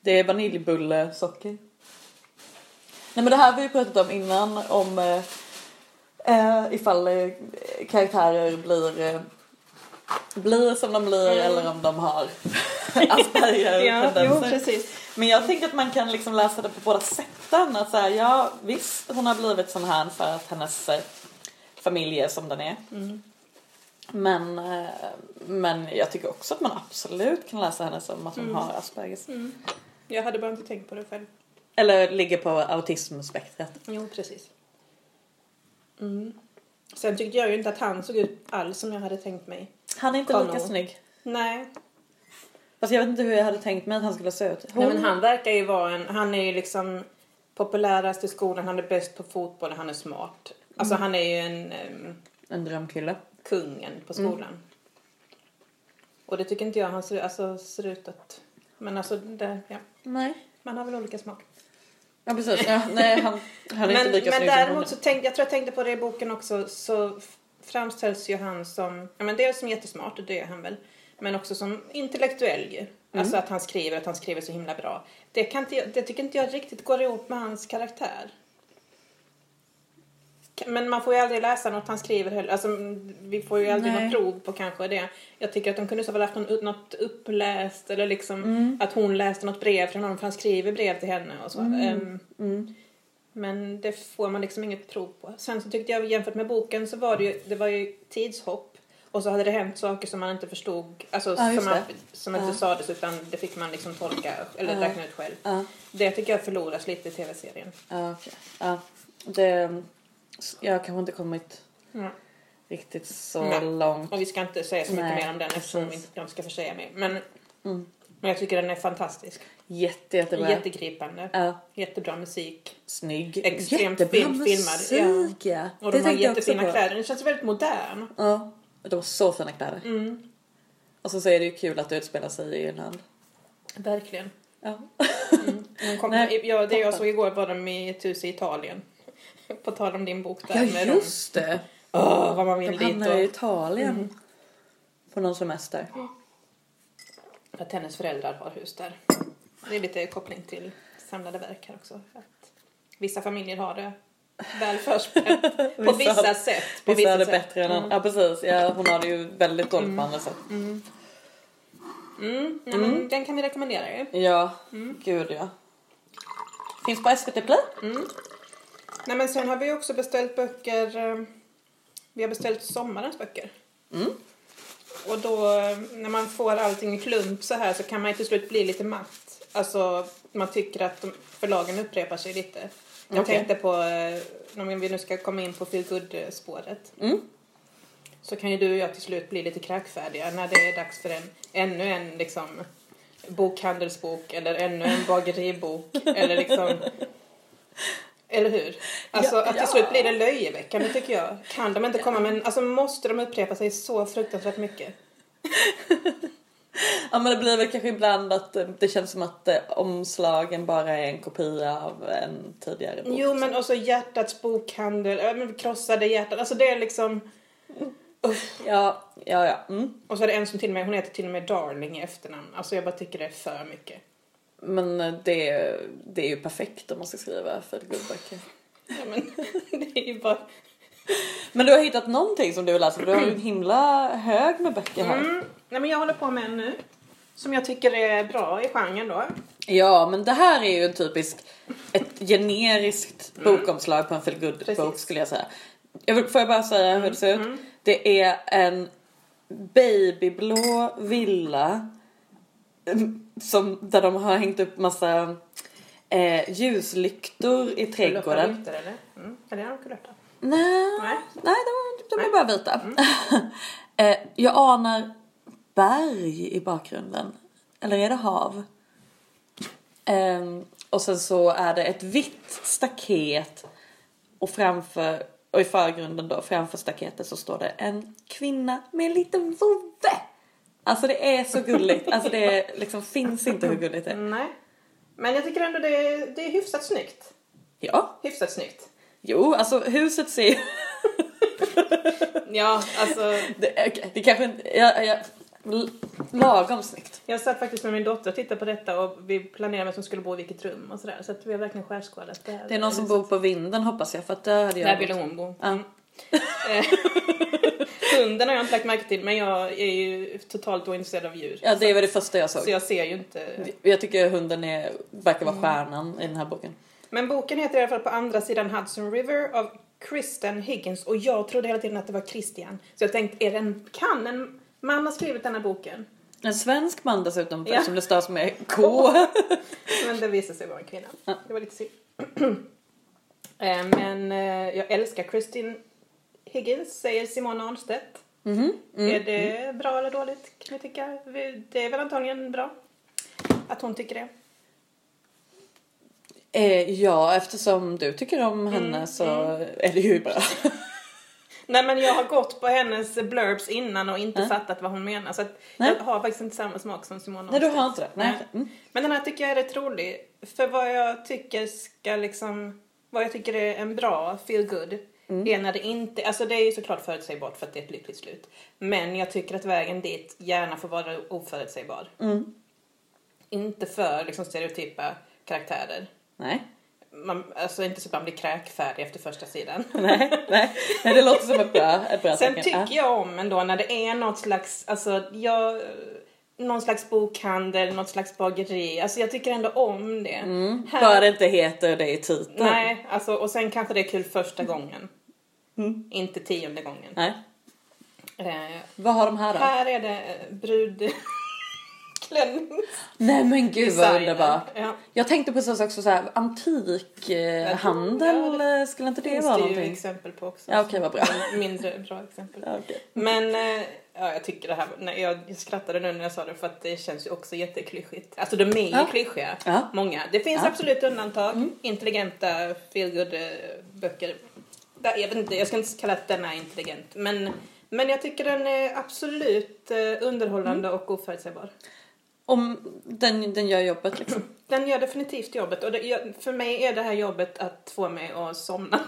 [SPEAKER 2] Det är vaniljbullesocker. Nej men det här har vi ju pratat om innan om eh, eh, ifall eh, karaktärer blir, eh, blir som de blir eller om de
[SPEAKER 1] [LAUGHS]
[SPEAKER 2] har
[SPEAKER 1] Ja, Mm. jo
[SPEAKER 2] Asperger-tendenser.
[SPEAKER 1] precis.
[SPEAKER 2] men jag tänker att man kan liksom läsa det på båda sätten. Att så här, ja visst hon har blivit sån här för att hennes eh, familj är som den är. Men, eh, men jag tycker också att man absolut kan läsa henne som att hon
[SPEAKER 1] Mm.
[SPEAKER 2] har Aspergers.
[SPEAKER 1] Jag hade bara inte tänkt på det själv.
[SPEAKER 2] Eller ligger på autismspektrat.
[SPEAKER 1] Jo precis. Mm. Sen tyckte jag ju inte att han såg ut alls som jag hade tänkt mig.
[SPEAKER 2] Han är inte
[SPEAKER 1] Connell.
[SPEAKER 2] lika snygg.
[SPEAKER 1] Nej.
[SPEAKER 2] Fast jag vet inte hur jag hade tänkt mig att han skulle se ut.
[SPEAKER 1] Nej men han verkar ju vara en, han är ju liksom populärast i skolan, han är bäst på fotboll, han är smart. Alltså han är ju en ehm,
[SPEAKER 2] En drömkille.
[SPEAKER 1] kungen på skolan. Och det tycker inte jag han ser, alltså, ser ut att... Men alltså, det, ja.
[SPEAKER 2] Nej.
[SPEAKER 1] man har väl olika smak.
[SPEAKER 2] Ja precis. Ja, nej han, han är
[SPEAKER 1] men
[SPEAKER 2] inte lika snygg
[SPEAKER 1] men
[SPEAKER 2] som hon.
[SPEAKER 1] däremot så tänkte jag tror jag tänkte på det i boken också, så f- framställs ju han som, ja men dels som jättesmart, och det är han väl, men också som intellektuell
[SPEAKER 2] Mm.
[SPEAKER 1] ju. Alltså att han skriver, att han skriver så himla bra. Det, kan inte, jag- det tycker inte jag riktigt går ihop med hans karaktär. Ka- Men man får ju aldrig läsa något han skriver heller. Alltså, mm, vi får ju aldrig
[SPEAKER 2] Nej.
[SPEAKER 1] något prov på kanske det. Jag tycker att de kunde så väl haft någon- något uppläst eller liksom
[SPEAKER 2] Mm.
[SPEAKER 1] att hon läste något brev från honom för han skriver brev till henne och så.
[SPEAKER 2] Mm.
[SPEAKER 1] Ehm, men det får man liksom inget prov på. Sen så tyckte jag jämfört med boken så var det ju, det var ju tidshopp. Och så hade det hänt saker som man inte förstod, alltså
[SPEAKER 2] Ja, just
[SPEAKER 1] som, man,
[SPEAKER 2] det.
[SPEAKER 1] som inte
[SPEAKER 2] Ja.
[SPEAKER 1] sades utan det fick man liksom tolka eller
[SPEAKER 2] Ja.
[SPEAKER 1] räkna ut själv.
[SPEAKER 2] Ja,
[SPEAKER 1] Det tycker jag förloras lite i tv-serien.
[SPEAKER 2] ja, okej. ja. Det, jag har kanske inte kommit
[SPEAKER 1] Ja.
[SPEAKER 2] riktigt så
[SPEAKER 1] Nej.
[SPEAKER 2] långt.
[SPEAKER 1] Och vi ska inte säga så mycket
[SPEAKER 2] Nej,
[SPEAKER 1] mer om den eftersom vi
[SPEAKER 2] precis. Mm.
[SPEAKER 1] inte de ska försäga mig. Men, men jag tycker den är fantastisk.
[SPEAKER 2] Jätte, jättebra.
[SPEAKER 1] Jättegripande.
[SPEAKER 2] ja.
[SPEAKER 1] Jättebra musik.
[SPEAKER 2] Snygg.
[SPEAKER 1] Extremt
[SPEAKER 2] Jättebra
[SPEAKER 1] fint filmad, ja.
[SPEAKER 2] musik ja.
[SPEAKER 1] Och de har
[SPEAKER 2] tänkte jag också
[SPEAKER 1] jättefina
[SPEAKER 2] på.
[SPEAKER 1] kläder. Den känns väldigt modern.
[SPEAKER 2] Ja, de har så fina kläder.
[SPEAKER 1] Mm.
[SPEAKER 2] Och så är det ju kul att det utspelar sig i Irland.
[SPEAKER 1] Verkligen.
[SPEAKER 2] Ja.
[SPEAKER 1] [LAUGHS] De kom,
[SPEAKER 2] Mm. Nej,
[SPEAKER 1] ja, det jag
[SPEAKER 2] toppen.
[SPEAKER 1] såg igår var de i ett hus i Italien. [LAUGHS] På tal om din bok där
[SPEAKER 2] ja,
[SPEAKER 1] med Rom.
[SPEAKER 2] just det!
[SPEAKER 1] Åh, vad man
[SPEAKER 2] De
[SPEAKER 1] vill dit.
[SPEAKER 2] hamnar i
[SPEAKER 1] Och,
[SPEAKER 2] Italien. Mm. På någon semester.
[SPEAKER 1] att hennes föräldrar har hus där. Det är lite koppling till samlade verk här också. Att vissa familjer har det väl
[SPEAKER 2] [LAUGHS]
[SPEAKER 1] förspänt. På
[SPEAKER 2] Vissa-
[SPEAKER 1] vissa sätt. På
[SPEAKER 2] Vissa,
[SPEAKER 1] vissa
[SPEAKER 2] är det
[SPEAKER 1] sätt.
[SPEAKER 2] bättre än andra. Ja precis, ja, hon har det ju väldigt dåligt på andra sätt.
[SPEAKER 1] Mm, nej, men Den kan vi rekommendera ju.
[SPEAKER 2] Ja, gud ja. Finns på SVT Play.
[SPEAKER 1] Mm. Nej, men sen har vi också beställt böcker. eh, Vi har beställt sommarens böcker. Och då eh, när man får allting i klump så här så kan man ju till slut bli lite matt. Alltså man tycker att de, förlagen upprepar sig lite. Jag
[SPEAKER 2] Okej.
[SPEAKER 1] tänkte på, eh, om vi nu ska komma in på eh, feelgood-spåret.
[SPEAKER 2] Mm.
[SPEAKER 1] Så kan ju du och jag till slut bli lite kräkfärdiga när det är dags för en, ännu en liksom bokhandelsbok eller ännu en bageribok eller liksom eller hur? Alltså
[SPEAKER 2] Ja,
[SPEAKER 1] att
[SPEAKER 2] ja.
[SPEAKER 1] till slut blir det löjeväckande tycker jag. Kan de inte komma med en, alltså måste de upprepa sig så fruktansvärt mycket?
[SPEAKER 2] Ja men det blir väl kanske ibland att eh, det känns som att eh, omslagen bara är en kopia av en tidigare bok.
[SPEAKER 1] Jo men också hjärtats bokhandel, ja, men krossade hjärtat, alltså det är liksom
[SPEAKER 2] Ja, ja, ja. Mm.
[SPEAKER 1] och så är det en som till och med, hon heter till och med Darling i efternamn. Alltså jag bara tycker det är för mycket.
[SPEAKER 2] Men eh, det, är- det är ju perfekt om man ska skriva för guldböcker.
[SPEAKER 1] Ja, men, [LAUGHS] det är ju bara...
[SPEAKER 2] Men du har hittat någonting som du vill läsa för du har ju en himla hög med böcker här.
[SPEAKER 1] mm. Nej men jag håller på med en nu. Som jag tycker är bra i genren då.
[SPEAKER 2] Ja, men det här är ju en typisk, ett generiskt bokomslag på en feel good bok
[SPEAKER 1] Precis.
[SPEAKER 2] skulle jag säga. Jag vill, får jag bara säga hur det ser ut? Det är en babyblå villa mm, som, där de har hängt upp massa eh, ljuslyktor i
[SPEAKER 1] Kulörta
[SPEAKER 2] trädgården.
[SPEAKER 1] lyktor, eller? Mm. Eller är de kulörta?
[SPEAKER 2] Nej,
[SPEAKER 1] Nej.
[SPEAKER 2] nej de, de är bara vita. [LAUGHS] eh, jag anar berg i bakgrunden. Eller är det hav? Ehm, och sen så är det ett vitt staket och framför och i förgrunden då framför staketet så står det en kvinna med en liten vovve. Alltså det är så gulligt. Alltså det är, liksom finns inte hur gulligt det är.
[SPEAKER 1] Nej. Men jag tycker ändå det är, det är hyfsat snyggt.
[SPEAKER 2] Ja,
[SPEAKER 1] Hyfsat snyggt.
[SPEAKER 2] jo, alltså huset ser ju [LAUGHS]
[SPEAKER 1] Ja, alltså.
[SPEAKER 2] Det, okej, det kanske inte... Jag, jag, l- lagom snyggt.
[SPEAKER 1] Jag satt faktiskt med min dotter och tittade på detta och vi planerade vem som skulle bo i vilket rum och sådär. Så att vi har verkligen skärskådat det här.
[SPEAKER 2] Det är någon som bor på vinden hoppas jag för att där hade jag...
[SPEAKER 1] Där ville hon bo.
[SPEAKER 2] Ja.
[SPEAKER 1] Mm. Eh, [LAUGHS] Hunden har jag inte lagt märke till men jag är ju totalt ointresserad av djur.
[SPEAKER 2] Ja, det var det första jag
[SPEAKER 1] Så
[SPEAKER 2] såg.
[SPEAKER 1] jag ser ju inte.
[SPEAKER 2] Jag tycker hunden är, verkar vara stjärnan i den här boken.
[SPEAKER 1] Men boken heter i alla fall På andra sidan Hudson River av Kristen Higgins och jag trodde hela tiden att det var Christian. Så jag tänkte, är det en, kan en man ha skrivit denna boken?
[SPEAKER 2] En svensk man dessutom
[SPEAKER 1] Ja.
[SPEAKER 2] som det stavas med
[SPEAKER 1] [LAUGHS]
[SPEAKER 2] K.
[SPEAKER 1] Men det visade sig vara en kvinna. Det var lite synd. [CLEARS THROAT] Eh, Men eh, jag älskar Kristin Higgins, säger Simone Arnstedt.
[SPEAKER 2] Mhm. Mm.
[SPEAKER 1] Är det bra eller dåligt kan vi tycka? Vi- Det är väl antagligen bra att hon tycker det.
[SPEAKER 2] Eh, ja, eftersom du tycker om henne
[SPEAKER 1] Mm,
[SPEAKER 2] så är det ju
[SPEAKER 1] [LAUGHS]
[SPEAKER 2] bra.
[SPEAKER 1] Nej men jag har gått på hennes blurbs innan och inte fattat vad hon menar så att
[SPEAKER 2] Nej.
[SPEAKER 1] jag har faktiskt inte samma smak som Simone
[SPEAKER 2] Nej, du
[SPEAKER 1] Arnstedt.
[SPEAKER 2] har inte det. Nej. Mm.
[SPEAKER 1] Men den här tycker jag är rätt rolig. För vad jag tycker ska liksom... Vad jag tycker är en bra feel good
[SPEAKER 2] Mm.
[SPEAKER 1] är när det inte... Alltså det är ju såklart förutsägbart för att det är ett lyckligt slut. Men jag tycker att vägen dit gärna får vara oförutsägbar.
[SPEAKER 2] Mm.
[SPEAKER 1] Inte för liksom stereotypa karaktärer.
[SPEAKER 2] Nej.
[SPEAKER 1] Man, alltså inte så att man blir kräkfärdig efter första sidan.
[SPEAKER 2] Nej. Nej. Nej, det låter som ett bra, ett bra
[SPEAKER 1] Sen
[SPEAKER 2] tecken.
[SPEAKER 1] tycker
[SPEAKER 2] Ja.
[SPEAKER 1] jag om ändå när det är något slags, alltså jag, någon slags bokhandel, något slags bageri. Alltså jag tycker ändå om det. Här-
[SPEAKER 2] Bara det inte heter det i titeln.
[SPEAKER 1] Nej, alltså, och sen kanske det är kul första
[SPEAKER 2] Mm.
[SPEAKER 1] gången. Inte tionde gången.
[SPEAKER 2] Nej.
[SPEAKER 1] Eh,
[SPEAKER 2] Vad har de här då?
[SPEAKER 1] här är det eh, [LAUGHS] brudklänning.
[SPEAKER 2] Nej men gud vad underbart.
[SPEAKER 1] Ja.
[SPEAKER 2] Jag tänkte precis också så här,
[SPEAKER 1] Ja,
[SPEAKER 2] antikhandel,
[SPEAKER 1] det-
[SPEAKER 2] skulle inte
[SPEAKER 1] Det
[SPEAKER 2] det
[SPEAKER 1] finns
[SPEAKER 2] vara
[SPEAKER 1] det ju
[SPEAKER 2] någonting?
[SPEAKER 1] exempel på också.
[SPEAKER 2] Ja okej vad bra.
[SPEAKER 1] Mindre bra exempel.
[SPEAKER 2] Ja, okej.
[SPEAKER 1] Men eh, ja, jag tycker det här, nej, jag skrattade nu när jag sa det för att det känns ju också jätteklyschigt. Alltså de är ju
[SPEAKER 2] Ja.
[SPEAKER 1] klyschiga,
[SPEAKER 2] Ja.
[SPEAKER 1] många. Det finns
[SPEAKER 2] Ja. Mm.
[SPEAKER 1] absolut undantag, intelligenta feelgood eh, böcker. Där, jag, vet inte, jag ska inte kalla att den är intelligent, men, men jag tycker den är absolut eh, underhållande
[SPEAKER 2] Mm.
[SPEAKER 1] och oförutsägbar.
[SPEAKER 2] Om den, den gör jobbet liksom.
[SPEAKER 1] Den gör definitivt jobbet och det, jag, för mig är det här jobbet att få mig att somna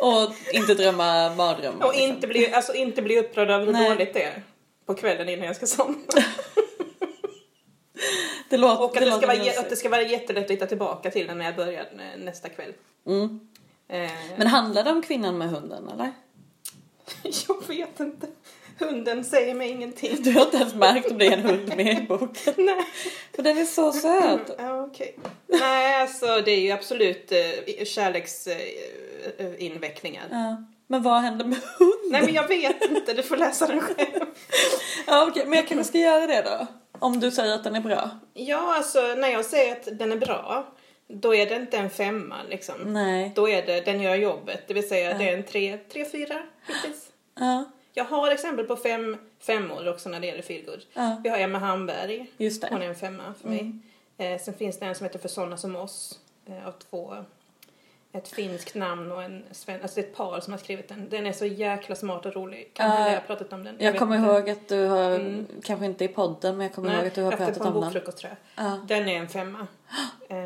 [SPEAKER 2] Och inte drömma mardrömmar.
[SPEAKER 1] och inte bli, alltså, inte bli upprörd över hur
[SPEAKER 2] Nej.
[SPEAKER 1] dåligt det är på kvällen innan jag ska somna.
[SPEAKER 2] liksom. Det låter,
[SPEAKER 1] Och att det, ska
[SPEAKER 2] låter
[SPEAKER 1] vara,
[SPEAKER 2] mysigt.
[SPEAKER 1] att det ska vara jättelätt att hitta tillbaka till den när jag börjar eh, nästa kväll.
[SPEAKER 2] mm.
[SPEAKER 1] Eh,
[SPEAKER 2] Men handlar det om kvinnan med hunden eller?
[SPEAKER 1] [LAUGHS] jag vet inte. Hunden säger mig ingenting.
[SPEAKER 2] Du har inte ens märkt om det är en hund med i boken.
[SPEAKER 1] [LAUGHS] Nej,
[SPEAKER 2] För den är så söt.
[SPEAKER 1] [LAUGHS] ja, okej. Nej, alltså det är ju absolut eh, kärleksinvecklingar.
[SPEAKER 2] Ja. Men vad händer med hunden?
[SPEAKER 1] Nej, men jag vet inte. Du får läsa den själv.
[SPEAKER 2] Ja, okej, Men jag kanske ska göra det då. Om du säger att den är bra.
[SPEAKER 1] Ja, alltså när jag säger att den är bra, då är det inte en femma liksom.
[SPEAKER 2] Nej.
[SPEAKER 1] Då är det, den gör jobbet. Det vill säga, det är en tre, tre, fyra hittills.
[SPEAKER 2] Ja,
[SPEAKER 1] Jag har exempel på fem femmor också när det gäller feelgood.
[SPEAKER 2] ja.
[SPEAKER 1] Vi har Emma Hamberg.
[SPEAKER 2] just
[SPEAKER 1] Hon
[SPEAKER 2] det. Mm.
[SPEAKER 1] är en femma för mig. Eh, sen finns det en som heter För sådana som oss. Eh, av två ett finskt namn och en svensk, alltså det är ett par som har skrivit den. Den är så jäkla smart och rolig. Kanske
[SPEAKER 2] Ja,
[SPEAKER 1] när jag har pratat om den.
[SPEAKER 2] Jag,
[SPEAKER 1] vet
[SPEAKER 2] kommer
[SPEAKER 1] inte. Mm.
[SPEAKER 2] ihåg att du har, kanske inte i podden, men jag kommer ihåg att du har
[SPEAKER 1] efter
[SPEAKER 2] pratat
[SPEAKER 1] på en
[SPEAKER 2] om den.
[SPEAKER 1] bokfrukost tror jag.
[SPEAKER 2] Ja.
[SPEAKER 1] Den är
[SPEAKER 2] [GASPS]
[SPEAKER 1] en femma. Eh,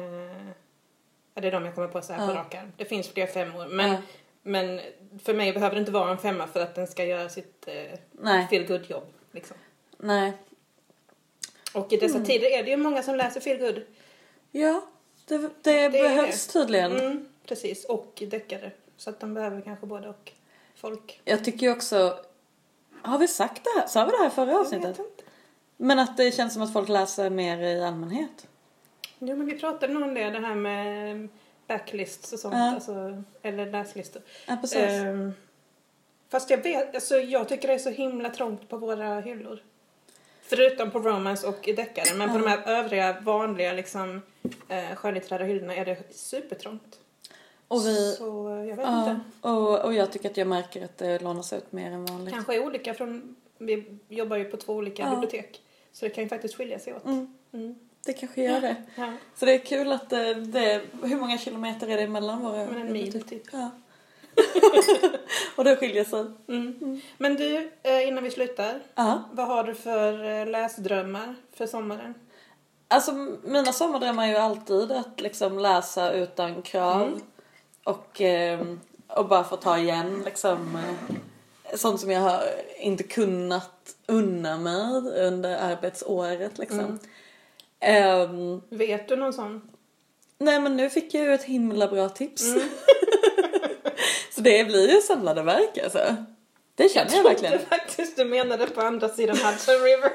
[SPEAKER 1] ja, det är de jag kommer på så här på
[SPEAKER 2] Ja.
[SPEAKER 1] rak arm. Det finns fler femmor. Men,
[SPEAKER 2] Ja.
[SPEAKER 1] men för mig behöver det inte vara en femma för att den ska göra sitt eh,
[SPEAKER 2] Nej,
[SPEAKER 1] feel good jobb liksom.
[SPEAKER 2] nej.
[SPEAKER 1] Och i
[SPEAKER 2] Mm.
[SPEAKER 1] dessa tider är det ju många som läser feel good.
[SPEAKER 2] Ja, det, det,
[SPEAKER 1] är
[SPEAKER 2] behövs tydligen.
[SPEAKER 1] Mm, precis, och deckare. Så att de behöver kanske både och. Folk.
[SPEAKER 2] Jag tycker ju också... Har vi sagt det här? Sa vi det här förra
[SPEAKER 1] Jag vet
[SPEAKER 2] avsnittet?
[SPEAKER 1] inte.
[SPEAKER 2] Men att det känns som att folk läser mer i allmänhet.
[SPEAKER 1] Jo men vi pratade nog om det, det här med backlists och sånt.
[SPEAKER 2] Ja.
[SPEAKER 1] Alltså, eller läslistor.
[SPEAKER 2] Ja, precis.
[SPEAKER 1] Ehm, fast jag vet, alltså jag tycker det är så himla trångt på våra hyllor. Förutom på romance och i deckare, men på de här övriga vanliga liksom eh, skönlitterära hyllorna är det supertrångt.
[SPEAKER 2] och, vi,
[SPEAKER 1] Så eh, jag vet
[SPEAKER 2] ja,
[SPEAKER 1] inte.
[SPEAKER 2] och, och jag tycker att jag märker att det lånas ut mer än vanligt.
[SPEAKER 1] Kanske är olika från, vi jobbar ju på två olika
[SPEAKER 2] Ja.
[SPEAKER 1] bibliotek. Så det kan ju faktiskt skilja sig åt.
[SPEAKER 2] Mm,
[SPEAKER 1] Mm.
[SPEAKER 2] det kanske gör det.
[SPEAKER 1] Ja.
[SPEAKER 2] Så det är kul att det, det Hur många kilometer är det mellan våra
[SPEAKER 1] Men en mil typ.
[SPEAKER 2] Ja. [LAUGHS] och det skiljer sig.
[SPEAKER 1] Mm. Men du, eh, innan vi slutar.
[SPEAKER 2] Ja.
[SPEAKER 1] Vad har du för eh, läsdrömmar för sommaren?
[SPEAKER 2] Alltså mina sommardrömmar är ju alltid att liksom läsa utan krav. Och, ehm, och bara få ta igen liksom eh, sånt som jag har inte kunnat unna mig under arbetsåret liksom. Ehm,
[SPEAKER 1] Vet du någon sån?
[SPEAKER 2] nej men nu fick jag ju ett himla bra tips. [LAUGHS] Så det blir ju samlade verk alltså. Det känner jag, verkligen.
[SPEAKER 1] trodde faktiskt du menade på andra sidan
[SPEAKER 2] [LAUGHS]
[SPEAKER 1] Hudson River.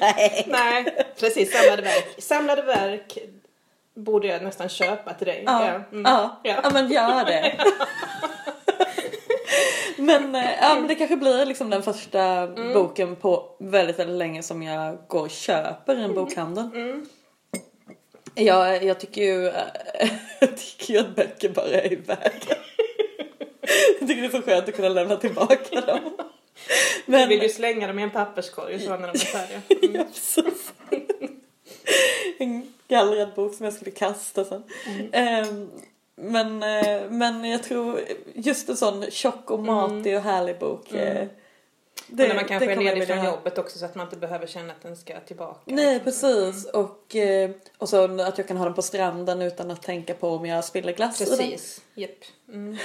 [SPEAKER 2] Nej.
[SPEAKER 1] Nej, precis. Samlade verk. Samlade verk borde jag nästan köpa till dig.
[SPEAKER 2] Ja,
[SPEAKER 1] Ja, mm.
[SPEAKER 2] ja.
[SPEAKER 1] Ja.
[SPEAKER 2] ja. men gör det. men, eh, ja, men det kanske blir liksom den första
[SPEAKER 1] Mm.
[SPEAKER 2] boken på väldigt, väldigt länge som jag går och köper i
[SPEAKER 1] Mm.
[SPEAKER 2] en bokhandel. Jag, jag tycker ju eh, [LAUGHS] jag tycker ju att böcker bara är i världen. jag tycker det är så skönt att kunna lämna tillbaka dem.
[SPEAKER 1] Du
[SPEAKER 2] Men,
[SPEAKER 1] vill ju slänga dem i en papperskorg och så när de
[SPEAKER 2] [LAUGHS]
[SPEAKER 1] är färdiga.
[SPEAKER 2] Ja, precis. en gallrad bok som jag skulle kasta sen.
[SPEAKER 1] Mm.
[SPEAKER 2] Ehm, men, eh, men jag tror just en sån tjock och matig och härlig bok. eh,
[SPEAKER 1] Det, Mm. när man kanske är
[SPEAKER 2] kommer jag
[SPEAKER 1] ledig
[SPEAKER 2] vilja
[SPEAKER 1] från
[SPEAKER 2] ha.
[SPEAKER 1] jobbet Mm. också så att man inte behöver känna att den ska tillbaka.
[SPEAKER 2] Nej precis och, eh, och så att jag kan ha den på stranden utan att tänka på om jag spiller glass i den.
[SPEAKER 1] Precis. Japp. Mm.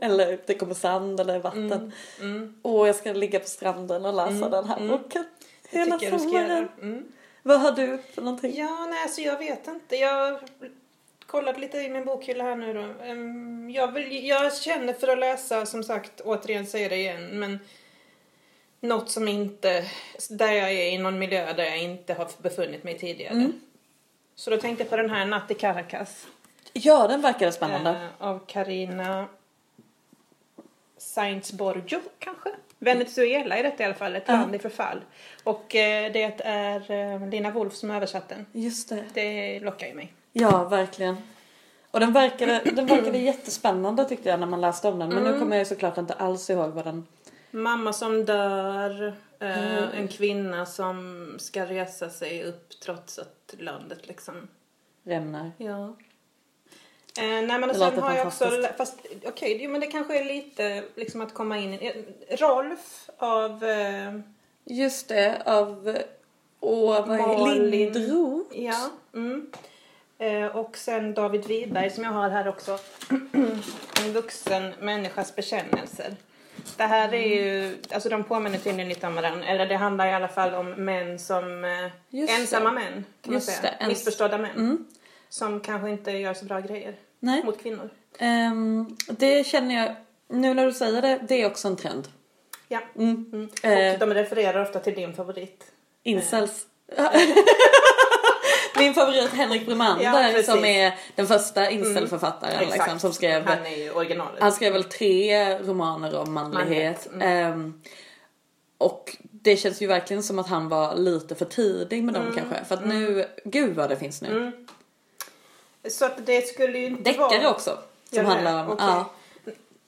[SPEAKER 2] Eller det kommer sand eller vatten.
[SPEAKER 1] Mm.
[SPEAKER 2] Och jag ska ligga på stranden och läsa den här boken.
[SPEAKER 1] Det
[SPEAKER 2] Hela
[SPEAKER 1] tycker jag du ska
[SPEAKER 2] sommaren.
[SPEAKER 1] göra. Mm.
[SPEAKER 2] Vad har du för någonting?
[SPEAKER 1] Ja, nej, alltså jag vet inte. Jag kollade lite i min bokhylla här nu då. Ehm, Jag, vill, jag känner för att läsa, som sagt, återigen säger det igen, men något som inte, där jag är i någon miljö där jag inte har befunnit mig tidigare.
[SPEAKER 2] Mm.
[SPEAKER 1] Så då tänkte jag på den här Natt i Caracas
[SPEAKER 2] Ja den verkade spännande.
[SPEAKER 1] eh, av Karina Sainz Borgio kanske? Venezuela är detta i alla fall, ett land i förfall. Och eh, det är eh, Lina Wolf som har översatt den.
[SPEAKER 2] Just det.
[SPEAKER 1] Det lockar ju mig.
[SPEAKER 2] Ja, verkligen. Och den verkade, den verkade jättespännande tyckte jag när man läste om den. Men nu kommer jag ju såklart inte alls ihåg vad den...
[SPEAKER 1] Mamma som dör, eh, en kvinna som ska resa sig upp trots att landet liksom...
[SPEAKER 2] rämnar.
[SPEAKER 1] Ja. Eh, nej men och
[SPEAKER 2] Det
[SPEAKER 1] sen
[SPEAKER 2] låter
[SPEAKER 1] har jag också,
[SPEAKER 2] fantastiskt.
[SPEAKER 1] lä- fast okej, jo, men det kanske är lite liksom att komma in i... eh, Rolf av... Eh,
[SPEAKER 2] Just det, av... Åh, vad är
[SPEAKER 1] Malin.
[SPEAKER 2] Lindro?
[SPEAKER 1] ja. Mm. Eh, och sen David Wiberg som jag har här också. [CLEARS THROAT] en vuxen människas bekännelser. Det här är ju, alltså de påminner tydligen lite om varandra. Eller det handlar i alla fall om män som, eh,
[SPEAKER 2] Just det.
[SPEAKER 1] ensamma män kan man
[SPEAKER 2] Just
[SPEAKER 1] säga.
[SPEAKER 2] det, ens-
[SPEAKER 1] Missförstådda män.
[SPEAKER 2] Mm.
[SPEAKER 1] Som kanske inte gör så bra grejer
[SPEAKER 2] Nej.
[SPEAKER 1] mot kvinnor.
[SPEAKER 2] Ehm, det känner jag... Nu när du säger det, det är också en trend.
[SPEAKER 1] Ja.
[SPEAKER 2] Mm.
[SPEAKER 1] Mm. Och
[SPEAKER 2] Eh.
[SPEAKER 1] de refererar ofta till din favorit.
[SPEAKER 2] [LAUGHS] Incels. Min favorit Henrik Brumander
[SPEAKER 1] Ja,
[SPEAKER 2] som
[SPEAKER 1] precis.
[SPEAKER 2] är den första incelförfattaren
[SPEAKER 1] Exakt.
[SPEAKER 2] liksom, som skrev...
[SPEAKER 1] Han är ju originalet.
[SPEAKER 2] Han skrev väl tre romaner om manlighet.
[SPEAKER 1] mm.
[SPEAKER 2] Ehm, och det känns ju verkligen som att han var lite för tidig med dem
[SPEAKER 1] Mm,
[SPEAKER 2] kanske. För att nu, gud vad det finns nu.
[SPEAKER 1] Så att det skulle ju inte
[SPEAKER 2] Deckare
[SPEAKER 1] vara...
[SPEAKER 2] också.
[SPEAKER 1] Gör
[SPEAKER 2] Som
[SPEAKER 1] det?
[SPEAKER 2] handlar om,
[SPEAKER 1] Okej.
[SPEAKER 2] ja.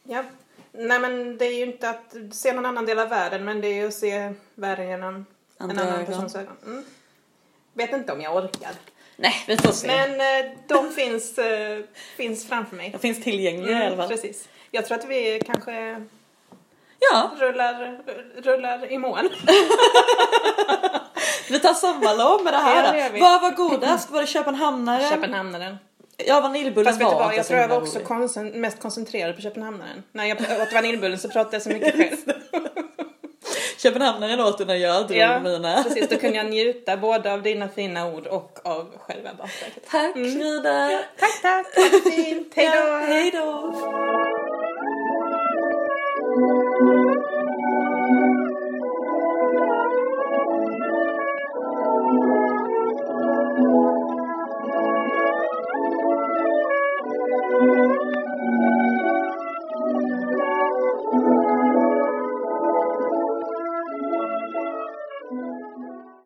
[SPEAKER 1] Ja. Nej men det är ju inte att se någon annan del av världen men det är ju att se världen genom
[SPEAKER 2] Andra
[SPEAKER 1] en annan
[SPEAKER 2] ögon.
[SPEAKER 1] persons ögon. Mm. Vet inte om jag orkar.
[SPEAKER 2] Nej, vi får se.
[SPEAKER 1] Men eh, de [LAUGHS] finns, eh, finns framför mig.
[SPEAKER 2] De finns tillgängliga i alla
[SPEAKER 1] Mm,
[SPEAKER 2] fall.
[SPEAKER 1] precis. Jag tror att vi kanske
[SPEAKER 2] Ja,
[SPEAKER 1] rullar, rullar i mån.
[SPEAKER 2] vi tar sommarlov med det här.
[SPEAKER 1] Ja,
[SPEAKER 2] då.
[SPEAKER 1] det gör vi.
[SPEAKER 2] Vad var godast? Var det Köpenhamnaren?
[SPEAKER 1] Köpenhamnaren.
[SPEAKER 2] Ja, vaniljbullen
[SPEAKER 1] Fast vet du
[SPEAKER 2] var
[SPEAKER 1] vad, jag
[SPEAKER 2] alltså
[SPEAKER 1] tror jag var
[SPEAKER 2] himla
[SPEAKER 1] också
[SPEAKER 2] rolig.
[SPEAKER 1] koncent- mest koncentrerad på Köpenhamnaren. När jag åt vaniljbullen så pratade jag så mycket själv.
[SPEAKER 2] Köpenhamnaren åt du när jag drog
[SPEAKER 1] Ja,
[SPEAKER 2] mina.
[SPEAKER 1] Precis, då [LAUGHS] kunde jag njuta både av dina fina ord och av själva bakverket.
[SPEAKER 2] Tack Frida!
[SPEAKER 1] Tack, tack! Ha det Mm. fint! Hej då!
[SPEAKER 2] Ja, Hej då!